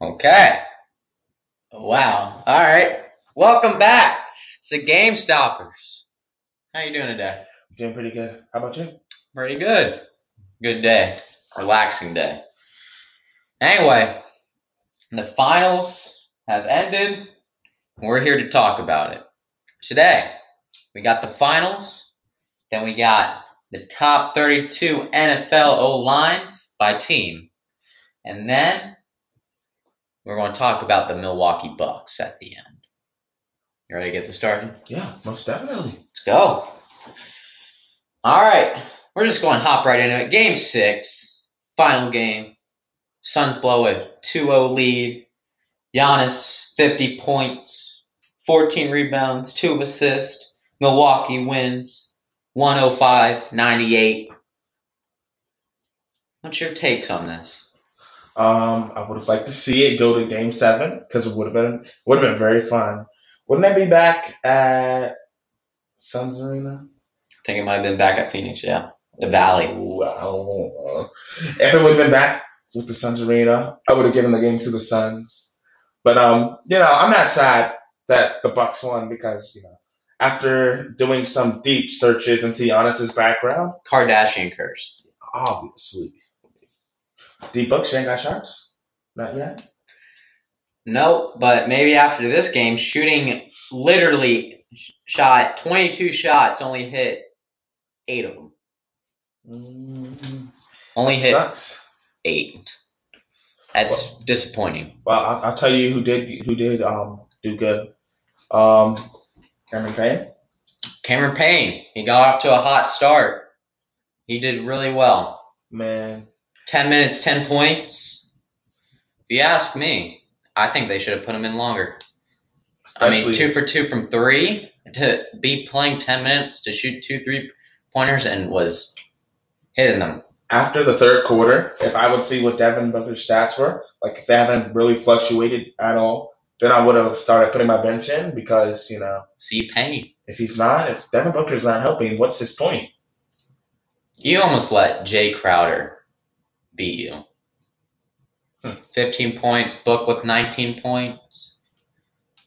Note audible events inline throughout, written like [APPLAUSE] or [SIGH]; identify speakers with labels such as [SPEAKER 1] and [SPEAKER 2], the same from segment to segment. [SPEAKER 1] Okay. Wow. All right. Welcome back to Game Stoppers. How you doing today?
[SPEAKER 2] Doing pretty good. How about you?
[SPEAKER 1] Pretty good. Good day. Relaxing day. Anyway, the finals have ended. We're here to talk about it. Today, we got the finals. Then we got the top 32 NFL O lines by team. And then we're going to talk about the Milwaukee Bucks at the end. You ready to get this started?
[SPEAKER 2] Yeah, most definitely.
[SPEAKER 1] Let's go. All right. We're just going to hop right into it. Game six, final game. Suns blow a 2 0 lead. Giannis, 50 points, 14 rebounds, 2 assists. Milwaukee wins 105 98. What's your takes on this?
[SPEAKER 2] Um, I would have liked to see it go to Game Seven because it would have been would have been very fun. Wouldn't that be back at Suns Arena?
[SPEAKER 1] I think it might have been back at Phoenix, yeah. The Valley.
[SPEAKER 2] Ooh, I don't know. If it would have been back with the Suns Arena, I would have given the game to the Suns. But um, you know, I'm not sad that the Bucks won because you know, after doing some deep searches into Giannis's background,
[SPEAKER 1] Kardashian curse.
[SPEAKER 2] obviously, the Bucks ain't got shots. Not yet.
[SPEAKER 1] Nope, but maybe after this game, shooting literally sh- shot 22 shots, only hit eight of them.
[SPEAKER 2] mm
[SPEAKER 1] Only Mm-hmm. hit
[SPEAKER 2] Sucks.
[SPEAKER 1] eight. That's disappointing.
[SPEAKER 2] Well, I'll, I'll tell you who did who did um do good. Um, Cameron Payne.
[SPEAKER 1] Cameron Payne, he got off to a hot start. He did really well.
[SPEAKER 2] Man,
[SPEAKER 1] 10 minutes, 10 points. If you ask me, I think they should have put him in longer. I mean,
[SPEAKER 2] Especially-
[SPEAKER 1] two for two from three to be playing 10 minutes to shoot two three pointers and was hitting them.
[SPEAKER 2] after the third quarter, if I would see what Devin Booker's stats were, like if they haven't really fluctuated at all, then I would have started putting my bench in because you know
[SPEAKER 1] See Payne.
[SPEAKER 2] if he's not, if Devin Booker's not helping, what's his point?
[SPEAKER 1] You almost let Jay Crowder beat you.
[SPEAKER 2] Hmm.
[SPEAKER 1] 15 points, Book with 19 points.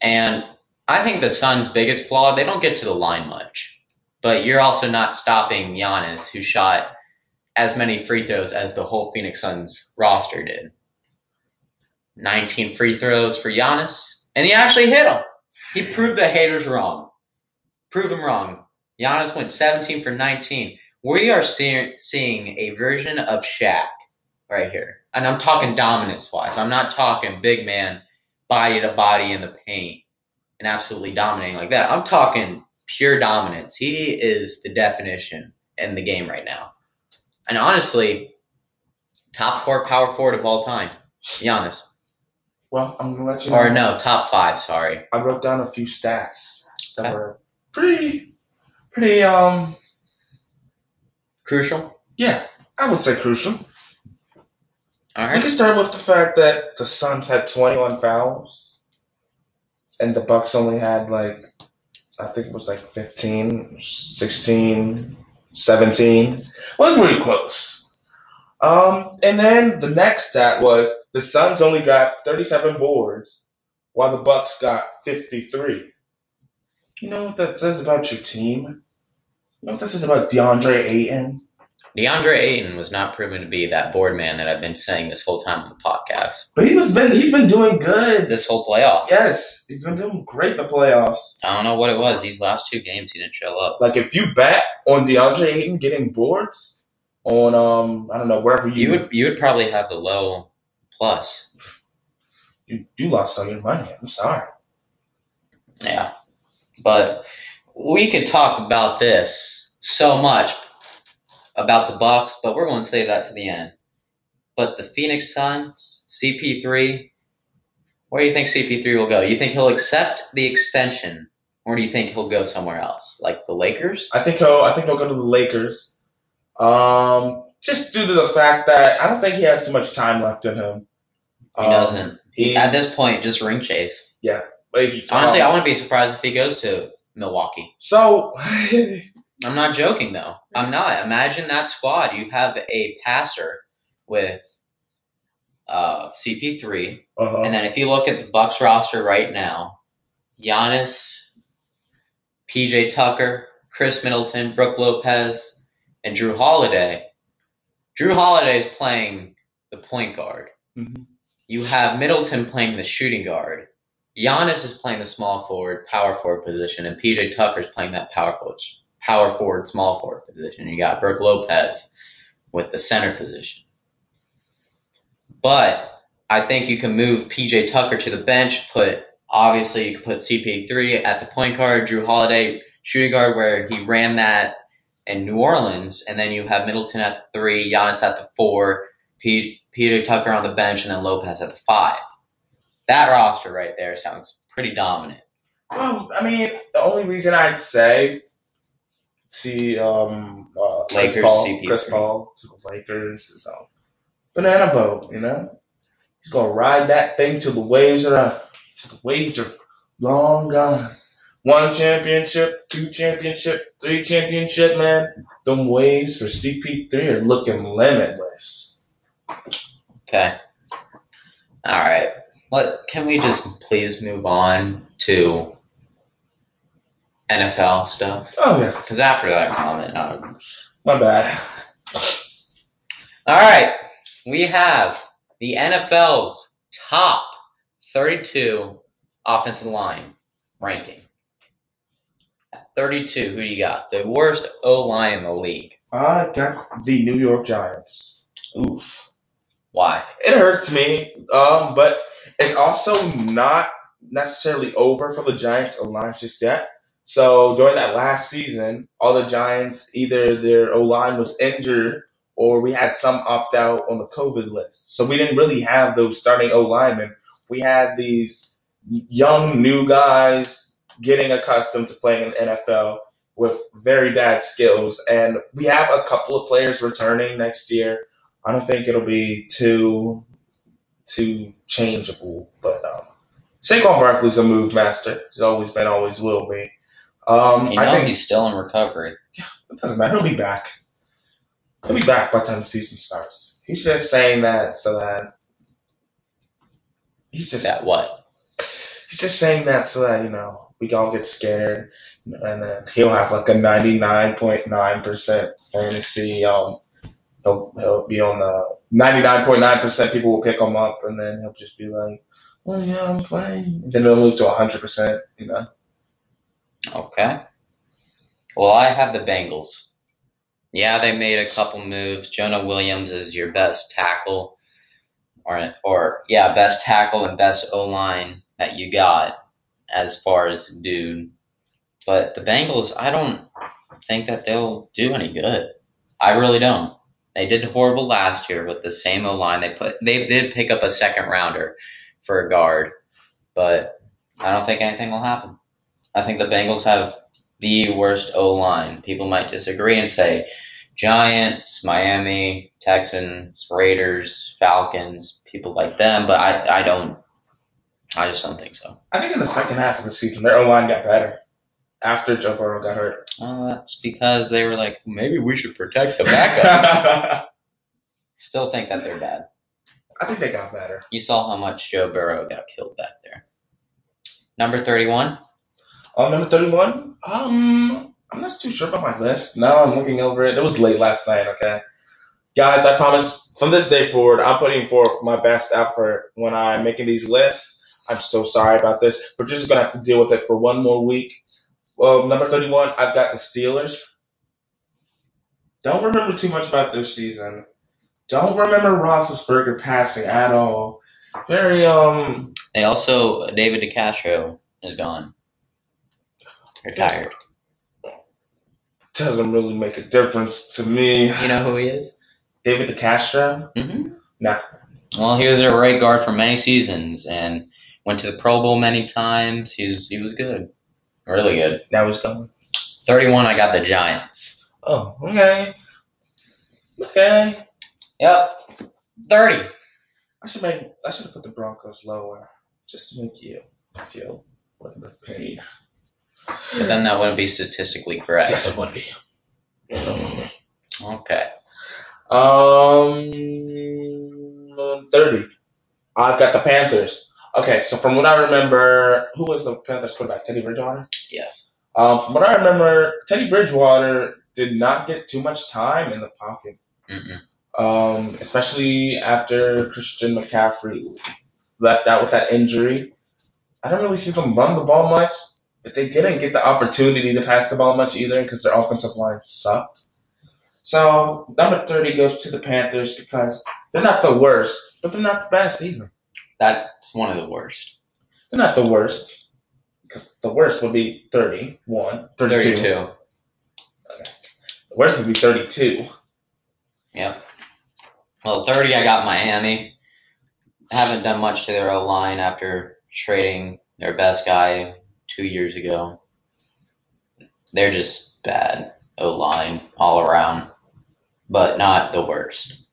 [SPEAKER 1] And I think the Suns' biggest flaw, they don't get to the line much. But you're also not stopping Giannis, who shot as many free throws as the whole Phoenix Suns roster did. 19 free throws for Giannis, and he actually hit them. He proved the haters wrong. Proved them wrong. Giannis went 17 for 19. We are seeing seeing a version of Shaq right here, and I'm talking dominance wise. I'm not talking big man, body to body in the paint and absolutely dominating like that. I'm talking pure dominance. He is the definition in the game right now, and honestly, top four power forward of all time, Giannis.
[SPEAKER 2] Well, I'm gonna let you know.
[SPEAKER 1] Or no, top five. Sorry.
[SPEAKER 2] I wrote down a few stats that
[SPEAKER 1] Okay.
[SPEAKER 2] were pretty, pretty um
[SPEAKER 1] Crucial.
[SPEAKER 2] yeah, I would say crucial.
[SPEAKER 1] All
[SPEAKER 2] We can
[SPEAKER 1] right.
[SPEAKER 2] start with the fact that the Suns had 21 fouls, and the Bucks only had like I think it was like 15, 16, 17. It was pretty close. Um, and then the next stat was the Suns only got 37 boards, while the Bucks got 53. You know what that says about your team? You know what this is about DeAndre Ayton?
[SPEAKER 1] DeAndre Ayton was not proven to be that board man that I've been saying this whole time on the podcast.
[SPEAKER 2] But he was been he's been doing good.
[SPEAKER 1] This whole playoff.
[SPEAKER 2] Yes, he's been doing great the playoffs.
[SPEAKER 1] I don't know what it was. These last two games, he didn't show up.
[SPEAKER 2] Like if you bet on DeAndre Ayton getting boards on um I don't know wherever you
[SPEAKER 1] You would you would probably have the low plus.
[SPEAKER 2] you, you lost all your money. I'm sorry.
[SPEAKER 1] Yeah, but we could talk about this so much about the Bucks, but we're going to save that to the end. But the Phoenix Suns, CP3. Where do you think CP3 will go? You think he'll accept the extension, or do you think he'll go somewhere else, like the Lakers?
[SPEAKER 2] I think he'll I think he'll go to the Lakers. Um, just due to the fact that I don't think he has too much time left in him.
[SPEAKER 1] He
[SPEAKER 2] Um,
[SPEAKER 1] doesn't.
[SPEAKER 2] He's,
[SPEAKER 1] At this point, just ring chase.
[SPEAKER 2] like, he's-
[SPEAKER 1] Honestly, I
[SPEAKER 2] um,
[SPEAKER 1] wouldn't be surprised if he goes to Milwaukee.
[SPEAKER 2] so [LAUGHS] uh-huh.
[SPEAKER 1] I'm not joking though. I'm not. Imagine that squad. You have a passer with uh, CP3.
[SPEAKER 2] Uh-huh.
[SPEAKER 1] And then if you look at the Bucks roster right now, Giannis, PJ Tucker, Chris Middleton, Brooke Lopez, and Drew Holiday. Drew Holiday is playing the point guard.
[SPEAKER 2] Mhm.
[SPEAKER 1] You have Middleton playing the shooting guard. Giannis is playing the small forward, power forward position, and PJ Tucker's playing that power forward, power forward, small forward position. You got Brooke Lopez with the center position. But I think you can move PJ Tucker to the bench. Put obviously you could put CP3 at the point guard, Drew Holiday shooting guard where he ran that in New Orleans, and then you have Middleton at the three, Giannis at the four, P- PJ Tucker on the bench, and then Lopez at the five. That roster right there sounds pretty dominant.
[SPEAKER 2] Um, I mean, the only reason I'd say see um uh, Chris
[SPEAKER 1] Lakers,
[SPEAKER 2] Paul,
[SPEAKER 1] CP3.
[SPEAKER 2] Chris Paul to the Lakers is um, banana boat. You know, he's gonna ride that thing till the waves are till the waves are long gone. One championship, two championship, three championship, man. Them waves for CP3 are looking limitless.
[SPEAKER 1] Okay. All right. What can we just please move on to NFL stuff?
[SPEAKER 2] Oh yeah,
[SPEAKER 1] Because after that comment, I was
[SPEAKER 2] my bad.
[SPEAKER 1] All right, we have the NFL's top 32 offensive line ranking. At 32, who do you got? The worst O line in the league.
[SPEAKER 2] I got the New York Giants.
[SPEAKER 1] Oof. Why?
[SPEAKER 2] it hurts me. Um, but it's also not necessarily over for the Giants line just yet. So during that last season, all the Giants either their O line was injured or we had some opt out on the COVID list. So we didn't really have those starting O linemen. We had these young new guys getting accustomed to playing in the NFL with very bad skills, and we have a couple of players returning next year. I don't think it'll be too too changeable, but um, Saquon Barkley's a move master. He's always been, always will be. Um,
[SPEAKER 1] You
[SPEAKER 2] I
[SPEAKER 1] know
[SPEAKER 2] think
[SPEAKER 1] he's still in recovery.
[SPEAKER 2] it doesn't matter. He'll be back. He'll be back by the time the season starts. He's just saying that so that he's just
[SPEAKER 1] That what?
[SPEAKER 2] he's just saying that so that you know we all get scared, and then he'll have like a ninety nine point nine percent fantasy. Um, he'll he'll be on the ninety nine point nine percent people will pick him up, and then he'll just be like, "Well, yeah, I'm playing." Then he'll move to hundred percent. You know,
[SPEAKER 1] Okay. Well, I have the Bengals. Yeah, they made a couple moves. Jonah Williams is your best tackle, or or yeah, best tackle and best O line that you got as far as dude. But the Bengals, I don't think that they'll do any good. I really don't. They did horrible last year with the same O line. They put they did pick up a second rounder for a guard, but I don't think anything will happen. I think the Bengals have the worst O line. People might disagree and say Giants, Miami, Texans, Raiders, Falcons, people like them, but I, I don't I just don't think so.
[SPEAKER 2] I think in the second half of the season, their O line got better after Joe Burrow got hurt.
[SPEAKER 1] Oh, that's because they were like, maybe we should protect the [LAUGHS] backup.
[SPEAKER 2] [LAUGHS] I
[SPEAKER 1] Still think that they're bad.
[SPEAKER 2] think they got better.
[SPEAKER 1] You saw how much Joe Burrow got killed back there. Number 31.
[SPEAKER 2] Um, number thirty-one. Um, I'm not too sure about my list. Now I'm looking over it. It was late last night. Okay, guys, I promise from this day forward, I'm putting forth my best effort when I'm making these lists. I'm so sorry about this, but you're just gonna have to deal with it for one more week. Well, number thirty-one, I've got the Steelers. Don't remember too much about this season. Don't remember Roethlisberger passing at all. Very um
[SPEAKER 1] They also, David DeCastro is gone. Retired.
[SPEAKER 2] doesn't really make a difference to me.
[SPEAKER 1] You know who he is?
[SPEAKER 2] David DeCastro.
[SPEAKER 1] Mm-hmm.
[SPEAKER 2] Nah.
[SPEAKER 1] Well, he was a right guard for many seasons and went to the Pro Bowl many times. He's, he was good. Really good.
[SPEAKER 2] Now he's gone.
[SPEAKER 1] 31, I got the Giants.
[SPEAKER 2] Oh, okay. Okay.
[SPEAKER 1] Yep. 30.
[SPEAKER 2] I should make I should have put the Broncos lower. Just to make you feel a little bit of pain.
[SPEAKER 1] But then that wouldn't be statistically correct.
[SPEAKER 2] Yes, it would be.
[SPEAKER 1] Okay.
[SPEAKER 2] Um thirty. I've got the Panthers. Okay, so from what I remember, who was the Panthers quarterback? Teddy Bridgewater.
[SPEAKER 1] Yes.
[SPEAKER 2] Um, from what I remember, Teddy Bridgewater did not get too much time in the pocket,
[SPEAKER 1] Mm-mm.
[SPEAKER 2] um, especially after Christian McCaffrey left out with that injury. I don't really see them run the ball much, but they didn't get the opportunity to pass the ball much either because their offensive line sucked. So number thirty goes to the Panthers because they're not the worst, but they're not the best either.
[SPEAKER 1] That's one of the worst.
[SPEAKER 2] They're not the worst. Because the worst would be 31, 32.
[SPEAKER 1] 32.
[SPEAKER 2] The worst would be 32.
[SPEAKER 1] Yep. Well, 30, I got Miami. Haven't done much to their O line after trading their best guy two years ago. They're just bad O line all around, but not the worst.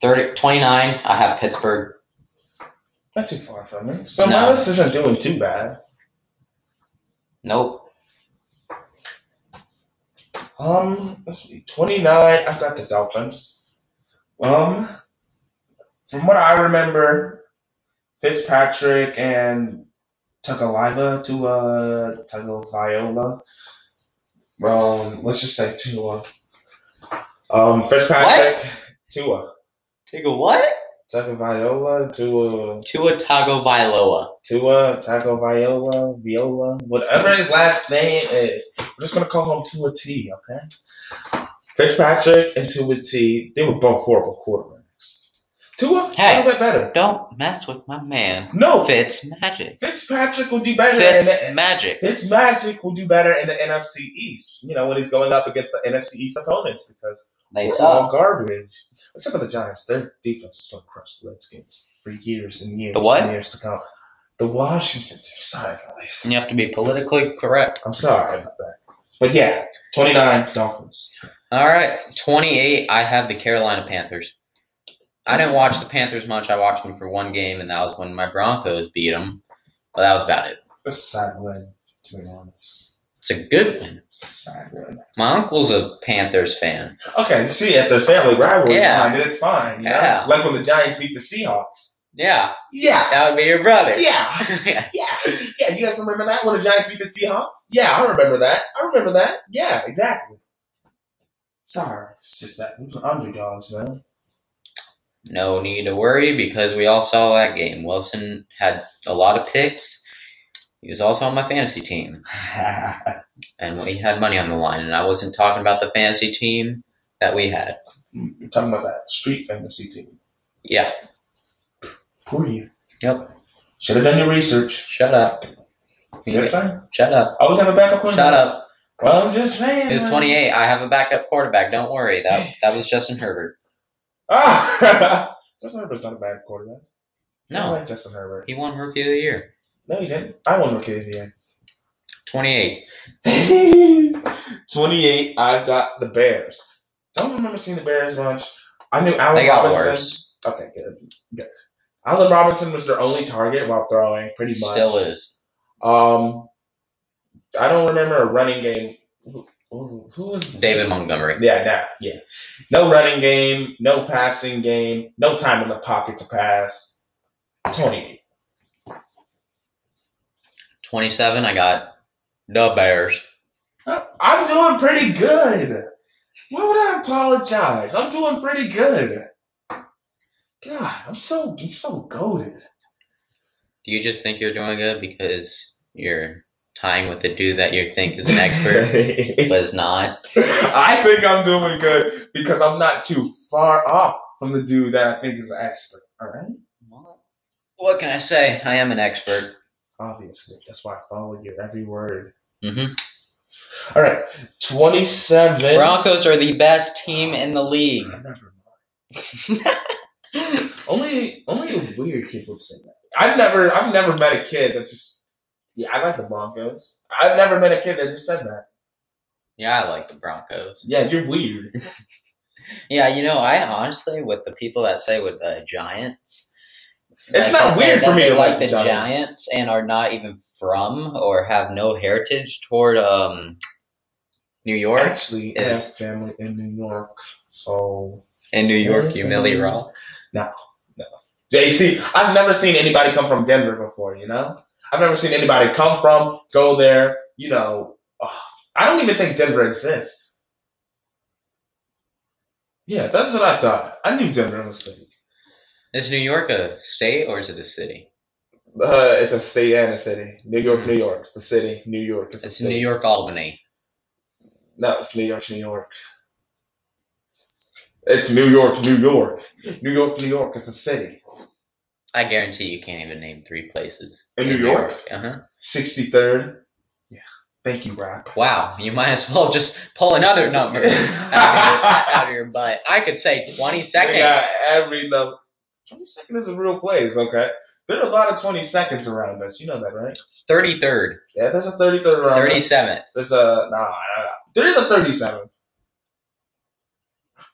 [SPEAKER 1] 30, 29, I have Pittsburgh.
[SPEAKER 2] Not too far from me. So
[SPEAKER 1] No.
[SPEAKER 2] my list isn't doing too bad.
[SPEAKER 1] Nope.
[SPEAKER 2] Um, let's see. 29, I've got the Dolphins. Um, from what I remember, Fitzpatrick and Tagaliva to uh Tagovailoa. Um, let's just say Tua. Um, Fitzpatrick, Tua.
[SPEAKER 1] Take a what?
[SPEAKER 2] Taco Viola, Tua,
[SPEAKER 1] Tua Tagovailoa.
[SPEAKER 2] Tua, Taco Viola, Viola, whatever his last name is. I'm just gonna call him Tua T, okay? Fitzpatrick and Tua T, they were both horrible quarterbacks. Tua, a
[SPEAKER 1] Hey.
[SPEAKER 2] little bit better.
[SPEAKER 1] Don't mess with my man.
[SPEAKER 2] No,
[SPEAKER 1] Fitz Magic.
[SPEAKER 2] Fitzpatrick will do better.
[SPEAKER 1] Fitz
[SPEAKER 2] in the,
[SPEAKER 1] Magic.
[SPEAKER 2] Fitzmagic will do better in the NFC East. You know when he's going up against the NFC East opponents because
[SPEAKER 1] They
[SPEAKER 2] we're
[SPEAKER 1] suck.
[SPEAKER 2] all garbage. Except for the Giants, their defense is going to crush the Redskins for years and years
[SPEAKER 1] The what?
[SPEAKER 2] and years to come. The Washington team. Sorry, guys.
[SPEAKER 1] And you have to be politically correct.
[SPEAKER 2] I'm sorry about that. But yeah, 29 Dolphins.
[SPEAKER 1] All right, 28. I have the Carolina Panthers. I didn't watch the Panthers much. I watched them for one game, and that was when my Broncos beat them. But that was about it.
[SPEAKER 2] That's a sad win, to be honest.
[SPEAKER 1] It's a good one.
[SPEAKER 2] It's a sad win.
[SPEAKER 1] My uncle's a Panthers fan.
[SPEAKER 2] Okay, see, if there's family rivalry
[SPEAKER 1] Yeah.
[SPEAKER 2] behind it, it's fine. You know?
[SPEAKER 1] Yeah.
[SPEAKER 2] Like when the Giants beat the Seahawks.
[SPEAKER 1] Yeah,
[SPEAKER 2] Yeah.
[SPEAKER 1] that would be your brother. [LAUGHS]
[SPEAKER 2] Yeah.
[SPEAKER 1] Yeah.
[SPEAKER 2] Yeah. Yeah. You guys remember that when the Giants beat the Seahawks? Yeah, I remember that. I remember that. Yeah, exactly. Sorry. It's just that we're underdogs, man. [LAUGHS]
[SPEAKER 1] No need to worry because we all saw that game. Wilson had a lot of picks. He was also on my fantasy team, and we had money on the line. And I wasn't talking about the fantasy team that we had.
[SPEAKER 2] You're talking about that street fantasy team.
[SPEAKER 1] Yeah.
[SPEAKER 2] Who are you?
[SPEAKER 1] Yep.
[SPEAKER 2] Should have done your research.
[SPEAKER 1] Shut up.
[SPEAKER 2] Just saying.
[SPEAKER 1] Shut up.
[SPEAKER 2] Always have a backup plan.
[SPEAKER 1] Shut up.
[SPEAKER 2] Well, I'm just saying.
[SPEAKER 1] It was
[SPEAKER 2] man.
[SPEAKER 1] 28. I have a backup quarterback. Don't worry. That that was Justin Herbert.
[SPEAKER 2] Ah! [LAUGHS] Justin Herbert's not a bad quarterback. I
[SPEAKER 1] No,
[SPEAKER 2] like Justin Herbert.
[SPEAKER 1] he won Rookie of the Year.
[SPEAKER 2] No, he didn't. I won rookie of the year.
[SPEAKER 1] 28.
[SPEAKER 2] [LAUGHS] 28, I've got the Bears. Don't remember seeing the Bears much. I knew Allen
[SPEAKER 1] They got
[SPEAKER 2] Robinson.
[SPEAKER 1] worse.
[SPEAKER 2] Okay, good. Good. Allen Robinson was their only target while throwing, pretty much.
[SPEAKER 1] Still is.
[SPEAKER 2] Um, I don't remember a running game. Who, who- who was
[SPEAKER 1] David Montgomery.
[SPEAKER 2] Yeah, nah, yeah. No running game, no passing game, no time in the pocket to pass. Twenty.
[SPEAKER 1] 27. I got the Bears.
[SPEAKER 2] I'm doing pretty good. Why would I apologize? I'm doing pretty good. God, I'm so I'm so goaded.
[SPEAKER 1] Do you just think you're doing good because you're tying with the dude that you think is an
[SPEAKER 2] [LAUGHS]
[SPEAKER 1] expert but is not?
[SPEAKER 2] I think I'm doing good because I'm not too far off from the dude that I think is an expert. All right.
[SPEAKER 1] What can I say? I am an expert.
[SPEAKER 2] Obviously, that's why I follow your every word.
[SPEAKER 1] hmm
[SPEAKER 2] All right, twenty-seven.
[SPEAKER 1] Broncos are the best team in the league.
[SPEAKER 2] Never Oh, mind. [LAUGHS] only, only a weird kid would say that. I've never, I've never met a kid that just. Yeah, I like the Broncos. I've never met a kid that just said that.
[SPEAKER 1] Yeah, I like the Broncos.
[SPEAKER 2] Yeah, you're weird.
[SPEAKER 1] Yeah, you know, I honestly, with the people that say with the Giants, like,
[SPEAKER 2] It's not
[SPEAKER 1] that
[SPEAKER 2] weird
[SPEAKER 1] they-
[SPEAKER 2] for
[SPEAKER 1] that
[SPEAKER 2] me
[SPEAKER 1] they
[SPEAKER 2] to
[SPEAKER 1] like the Giants. and are not even from or have no heritage toward um New York.
[SPEAKER 2] Actually, I
[SPEAKER 1] Yes.
[SPEAKER 2] have family in New York, so
[SPEAKER 1] in New York, you
[SPEAKER 2] Yes,
[SPEAKER 1] Millie
[SPEAKER 2] um,
[SPEAKER 1] Rock.
[SPEAKER 2] Yeah, you see, I've never seen anybody come from Denver before, you know? I've never seen anybody come from, go there, you know. Ugh, I don't even think Denver exists. Yeah, that's what I thought. I knew Denver was fake.
[SPEAKER 1] Is New York a state or is it a city?
[SPEAKER 2] Uh, it's a state and a city. New York, New York. It's the city. New York. It's, the
[SPEAKER 1] It's
[SPEAKER 2] city.
[SPEAKER 1] New York, Albany.
[SPEAKER 2] No, it's New York, New York. It's New York, New York. New York, New York. It's a city.
[SPEAKER 1] I guarantee you can't even name three places
[SPEAKER 2] In New York?
[SPEAKER 1] Uh-huh.
[SPEAKER 2] 63rd. Yeah. Thank you, rap.
[SPEAKER 1] Wow, you might as well just pull another number out, of your,
[SPEAKER 2] [LAUGHS]
[SPEAKER 1] out of your butt. I could say twenty second.
[SPEAKER 2] They got every number. 22nd is a real place, okay? There are a lot of 22nds around us. You know that, right?
[SPEAKER 1] 33rd,
[SPEAKER 2] Yeah, there's a 33rd around us.
[SPEAKER 1] 37th.
[SPEAKER 2] There's a. Nah, nah, nah. there is a 37.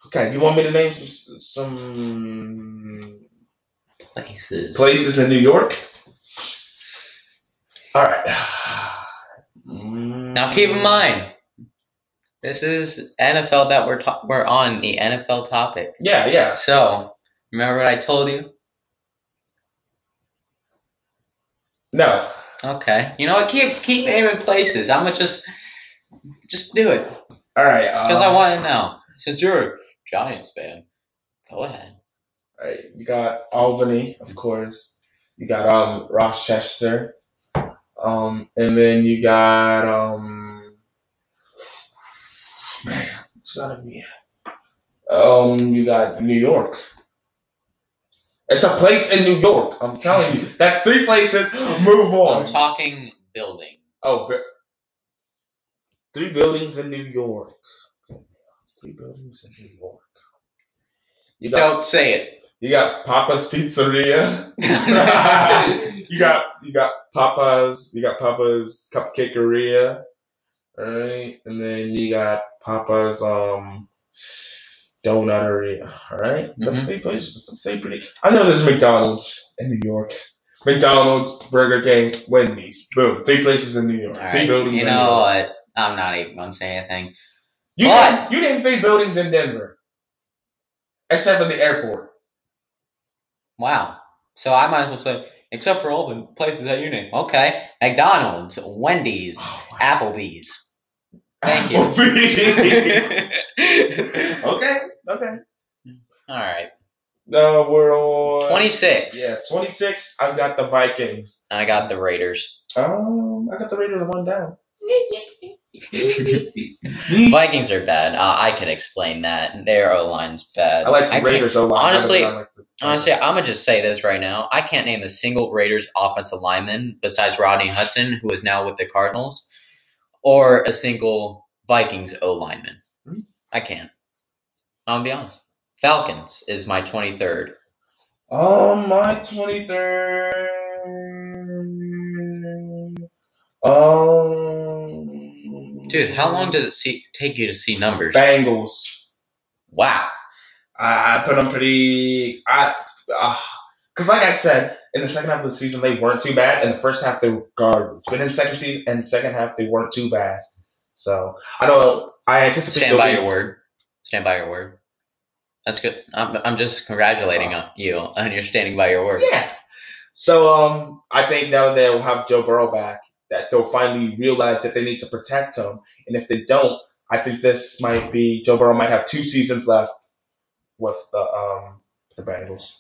[SPEAKER 2] Okay, you want me to name some, some
[SPEAKER 1] Places.
[SPEAKER 2] places in New York. All right.
[SPEAKER 1] Now keep in mind, this is NFL that we're ta- we're on the NFL topic.
[SPEAKER 2] Yeah, yeah.
[SPEAKER 1] So remember what I told you?
[SPEAKER 2] No.
[SPEAKER 1] Okay. You know what? Keep keep naming places. I'm gonna just just do it
[SPEAKER 2] All right.
[SPEAKER 1] because I
[SPEAKER 2] um,
[SPEAKER 1] want to know. Since you're a Giants fan, go ahead.
[SPEAKER 2] all right, You got Albany, of course. You got um Rochester, um, and then you got um. Man, it's gotta be. Um, you got New York. It's a place in New York. I'm telling you. That's three places. Move on.
[SPEAKER 1] I'm talking building.
[SPEAKER 2] Oh, bu- three buildings in New York. Three buildings in New York. You got
[SPEAKER 1] Don't say [LAUGHS] it.
[SPEAKER 2] you got Papa's Pizzeria. [LAUGHS]
[SPEAKER 1] I
[SPEAKER 2] you got you got Papa's. You got Papa's Cupcakeria. All right, and then you got Papa's um donuteria. All right?
[SPEAKER 1] Mm-hmm.
[SPEAKER 2] that's three places. That's three pretty. I know there's McDonald's in New York. McDonald's, Burger King, Wendy's. Boom, three places in New York.
[SPEAKER 1] All
[SPEAKER 2] three
[SPEAKER 1] right,
[SPEAKER 2] buildings.
[SPEAKER 1] You
[SPEAKER 2] in New York.
[SPEAKER 1] know what? I'm not even gonna say anything.
[SPEAKER 2] You
[SPEAKER 1] But-
[SPEAKER 2] named, you named three buildings in Denver, except for the airport.
[SPEAKER 1] Wow. So I might as well say, except for all the places that you name. Okay. McDonald's, Wendy's, Applebee's. [LAUGHS] Thank
[SPEAKER 2] [LAUGHS]
[SPEAKER 1] you. [LAUGHS]
[SPEAKER 2] okay, Oh, [LAUGHS] okay.
[SPEAKER 1] all right.
[SPEAKER 2] No, we're on
[SPEAKER 1] 26.
[SPEAKER 2] Yeah, twenty six. I've got the Vikings.
[SPEAKER 1] I got the Raiders.
[SPEAKER 2] Um, I got the Raiders one down.
[SPEAKER 1] Vikings are bad. Uh, I can explain that. Their O line's bad.
[SPEAKER 2] I like the
[SPEAKER 1] can't-
[SPEAKER 2] Raiders a lot.
[SPEAKER 1] honestly-
[SPEAKER 2] better than I like the
[SPEAKER 1] Honestly, I'm
[SPEAKER 2] Vikings.
[SPEAKER 1] gonna just say this right now. I can't name a single Raiders offensive lineman besides Rodney Hudson, who is now with the Cardinals, or a single Vikings O lineman.
[SPEAKER 2] Hmm.
[SPEAKER 1] I can't. I'll be honest. Falcons is my 23rd.
[SPEAKER 2] Um, my twenty third. Um,
[SPEAKER 1] Dude, how long does it see, take you to see numbers?
[SPEAKER 2] Bengals?
[SPEAKER 1] Wow.
[SPEAKER 2] I, I put them pretty. I because like I said, in the second half of the season they weren't too bad. In the first half they were garbage, but in the second season and second half they weren't too bad. So I don't. I anticipate.
[SPEAKER 1] Stand
[SPEAKER 2] they'll
[SPEAKER 1] by
[SPEAKER 2] be-
[SPEAKER 1] your word. Stand by your word. That's good. I'm, I'm just congratulating on you on your standing by your word.
[SPEAKER 2] Yeah. So um, I think now that they'll have Joe Burrow back, that they'll finally realize that they need to protect him. And if they don't, I think this might be Joe Burrow might have two seasons left with the um the Bengals.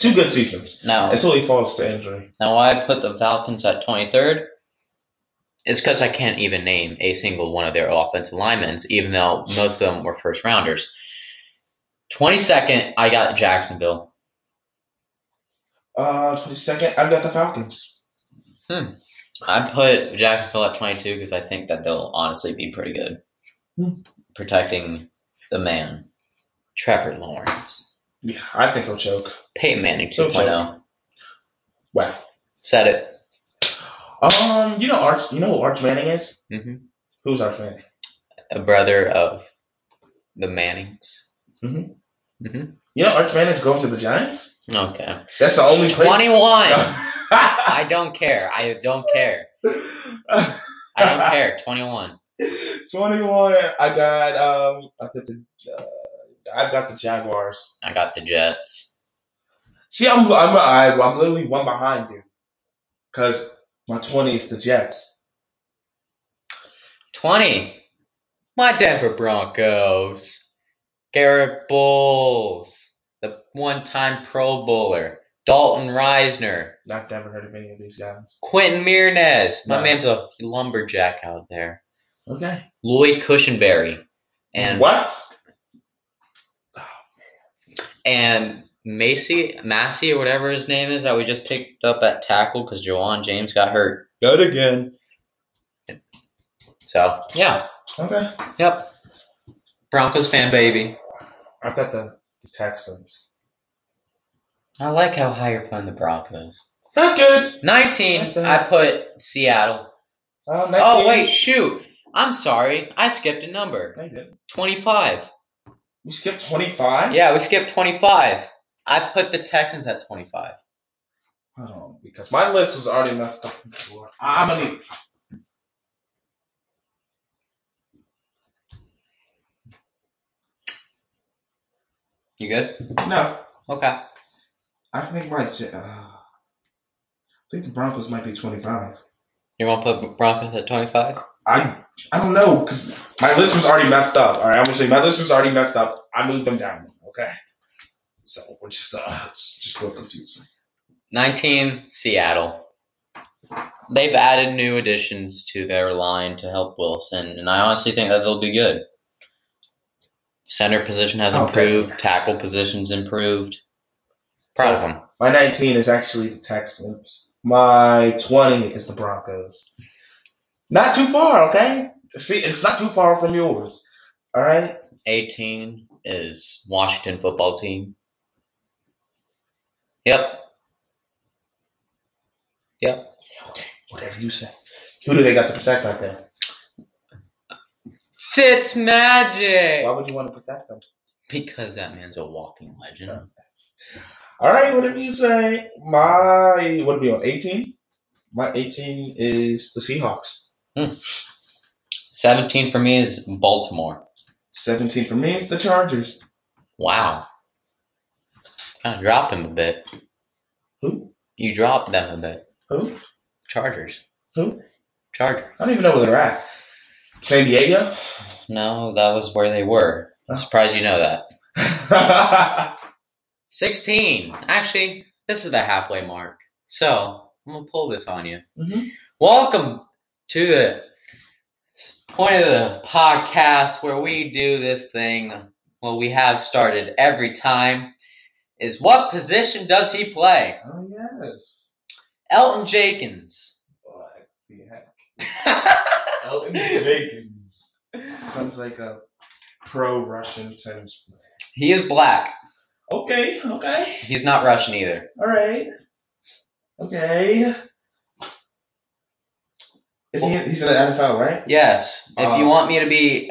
[SPEAKER 2] Two good seasons
[SPEAKER 1] Now,
[SPEAKER 2] until he falls to injury.
[SPEAKER 1] now why I put the Falcons at 23rd is because I can't even name a single one of their offensive linemen, even though most of them were first rounders. 22nd, I got Jacksonville.
[SPEAKER 2] Uh, twenty second. I've got the Falcons.
[SPEAKER 1] I put Jacksonville at 22 because I think that they'll honestly be pretty good
[SPEAKER 2] Hmm.
[SPEAKER 1] protecting the man, Trevor Lawrence.
[SPEAKER 2] Yeah, I think he'll choke.
[SPEAKER 1] Peyton Manning
[SPEAKER 2] So
[SPEAKER 1] 2.0.
[SPEAKER 2] Wow.
[SPEAKER 1] Said it.
[SPEAKER 2] Um, you know Arch. You know who Arch Manning is?
[SPEAKER 1] hmm
[SPEAKER 2] Who's Arch Manning?
[SPEAKER 1] A brother of the Mannings.
[SPEAKER 2] You know Arch Manning's going to the Giants.
[SPEAKER 1] Okay.
[SPEAKER 2] That's the only place. [LAUGHS]
[SPEAKER 1] 21. I don't care. I don't care. I don't care. 21.
[SPEAKER 2] Twenty one. I got um. I got the. Uh, I've got the Jaguars.
[SPEAKER 1] I got the Jets.
[SPEAKER 2] See, I'm I'm I, I'm literally one behind you, because my twenty is the Jets.
[SPEAKER 1] 20. My Denver Broncos. Garrett Bowles, the one time Pro Bowler. Dalton Reisner.
[SPEAKER 2] I've never heard of any of these guys.
[SPEAKER 1] Quentin Mirnez. My
[SPEAKER 2] Wow.
[SPEAKER 1] man's a lumberjack out there.
[SPEAKER 2] Okay.
[SPEAKER 1] Lloyd Cushenberry. And
[SPEAKER 2] what?
[SPEAKER 1] and Macy Massey or whatever his name is that we just picked up at tackle because Jawan James got hurt.
[SPEAKER 2] Good again.
[SPEAKER 1] So yeah.
[SPEAKER 2] Okay.
[SPEAKER 1] Yep. Broncos fan baby.
[SPEAKER 2] I've got the, the Texans.
[SPEAKER 1] I like how high you're putting the Broncos.
[SPEAKER 2] Not good.
[SPEAKER 1] 19, I put Seattle.
[SPEAKER 2] Uh,
[SPEAKER 1] Oh,
[SPEAKER 2] 19.
[SPEAKER 1] wait, shoot. I'm sorry. I skipped a number.
[SPEAKER 2] No, you didn't.
[SPEAKER 1] 25.
[SPEAKER 2] We skipped twenty five.
[SPEAKER 1] Yeah, we skipped 25. I put the Texans at 25.
[SPEAKER 2] Hold on, because my list was already messed up before. I'm gonna need.
[SPEAKER 1] You good?
[SPEAKER 2] No,
[SPEAKER 1] Okay.
[SPEAKER 2] I think my. J- Uh, I think the Broncos might be 25.
[SPEAKER 1] You want to put Broncos at 25?
[SPEAKER 2] I I don't know because my list was already messed up. All right, I'm gonna say my list was already messed up. I moved them down. Okay, so we're just uh, it's just real confusing.
[SPEAKER 1] 19, Seattle. They've added new additions to their line to help Wilson, and I honestly think that they'll be good. Center position has
[SPEAKER 2] Okay.
[SPEAKER 1] improved, tackle position's improved. Proud of them.
[SPEAKER 2] My 19 is actually the Texans. My 20 is the Broncos. Not too far, okay? See, it's not too far from yours. All right.
[SPEAKER 1] 18 is Washington football team. Yep.
[SPEAKER 2] Whatever you say. Who do they got to protect out there?
[SPEAKER 1] Fitz Magic.
[SPEAKER 2] Why would you want to protect them?
[SPEAKER 1] Because that man's a walking legend.
[SPEAKER 2] Yeah. All right, whatever you say. My what are we on? 18. My 18 is the Seahawks.
[SPEAKER 1] 17 for me is Baltimore.
[SPEAKER 2] 17 for me is the Chargers.
[SPEAKER 1] Wow. Kind of dropped him a bit.
[SPEAKER 2] Who?
[SPEAKER 1] You dropped them a bit.
[SPEAKER 2] Who?
[SPEAKER 1] Chargers.
[SPEAKER 2] Who?
[SPEAKER 1] Chargers.
[SPEAKER 2] I don't even know where they're at. San Diego. [LAUGHS]
[SPEAKER 1] No, that was where they were. I'm surprised you know that.
[SPEAKER 2] Oh,
[SPEAKER 1] 16. Actually, this is the halfway mark. So, I'm going to pull this on you.
[SPEAKER 2] Mhm.
[SPEAKER 1] Welcome to the point of the podcast where we do this thing. Well, we have started every time. Is what position does he play?
[SPEAKER 2] Oh yes.
[SPEAKER 1] Elton Jenkins. [LAUGHS]
[SPEAKER 2] What the heck?
[SPEAKER 1] I
[SPEAKER 2] [LAUGHS] Elton Jenkins sounds like a pro Russian tennis player.
[SPEAKER 1] He is black.
[SPEAKER 2] Okay. Okay.
[SPEAKER 1] He's not Russian either.
[SPEAKER 2] All right. Okay. Is he? He's in the NFL, right?
[SPEAKER 1] Yes. If you
[SPEAKER 2] Um,
[SPEAKER 1] want me to be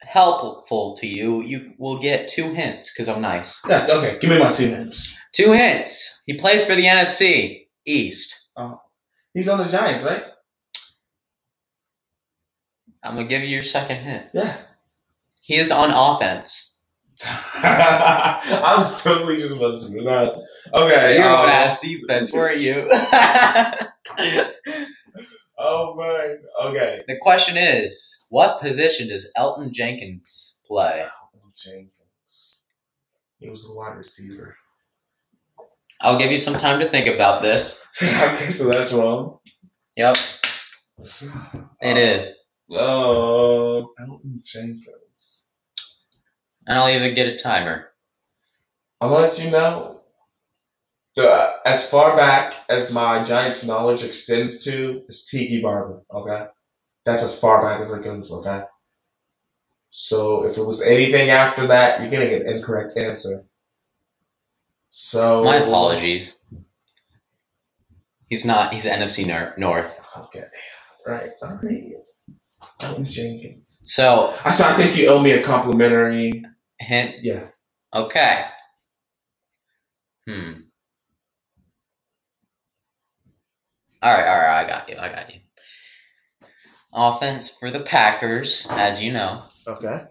[SPEAKER 1] helpful to you, you will get two hints because I'm nice.
[SPEAKER 2] Yeah, okay. Give me my two hints.
[SPEAKER 1] Two hints. He plays for the NFC East.
[SPEAKER 2] He's on the Giants, right?
[SPEAKER 1] I'm going to give you your second hint.
[SPEAKER 2] [LAUGHS] Yeah.
[SPEAKER 1] He is on offense.
[SPEAKER 2] I was totally just about to say that. Okay.
[SPEAKER 1] You're
[SPEAKER 2] um,
[SPEAKER 1] on ass defense, were you? [LAUGHS]
[SPEAKER 2] Oh man. Okay.
[SPEAKER 1] the question is, what position does Elton Jenkins play?
[SPEAKER 2] Elton Jenkins. He was a wide [LAUGHS] receiver.
[SPEAKER 1] I'll give you some time to think about this.
[SPEAKER 2] I guess that's wrong.
[SPEAKER 1] Yep, it is.
[SPEAKER 2] Oh, Elton Jenkins.
[SPEAKER 1] And I'll even get a timer.
[SPEAKER 2] I'll let you know. The, as far back as my Giants knowledge extends to is Tiki Barber. Okay, that's as far back as it goes. Okay. So if it was anything after that, you're gonna get an incorrect answer. So
[SPEAKER 1] My apologies. He's not. He's NFC nor- North.
[SPEAKER 2] Okay. Right. All right. Elton Jenkins.
[SPEAKER 1] So
[SPEAKER 2] I so I think you owe me a complimentary.
[SPEAKER 1] hint.
[SPEAKER 2] Yeah.
[SPEAKER 1] Okay. Hmm. All right. All right. I got you. I got you. Offense for the Packers, as you know.
[SPEAKER 2] Okay.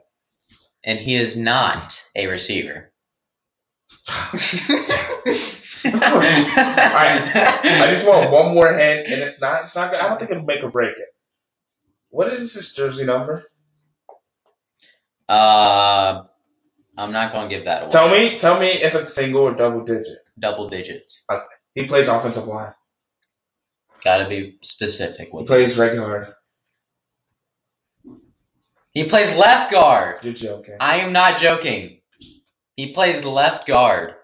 [SPEAKER 1] and he is not a receiver.
[SPEAKER 2] course. I just want one more hint, and it's not. It's not. gonna- I don't think it'll make or break it. What is this jersey number?
[SPEAKER 1] [LAUGHS] Uh, I'm not gonna give that away.
[SPEAKER 2] Tell me. Tell me if it's single or double digit.
[SPEAKER 1] Double digits.
[SPEAKER 2] He plays offensive line.
[SPEAKER 1] Gotta be specific
[SPEAKER 2] He
[SPEAKER 1] with.
[SPEAKER 2] plays right guard.
[SPEAKER 1] He plays left guard.
[SPEAKER 2] You're joking.
[SPEAKER 1] I am not joking. He plays left guard.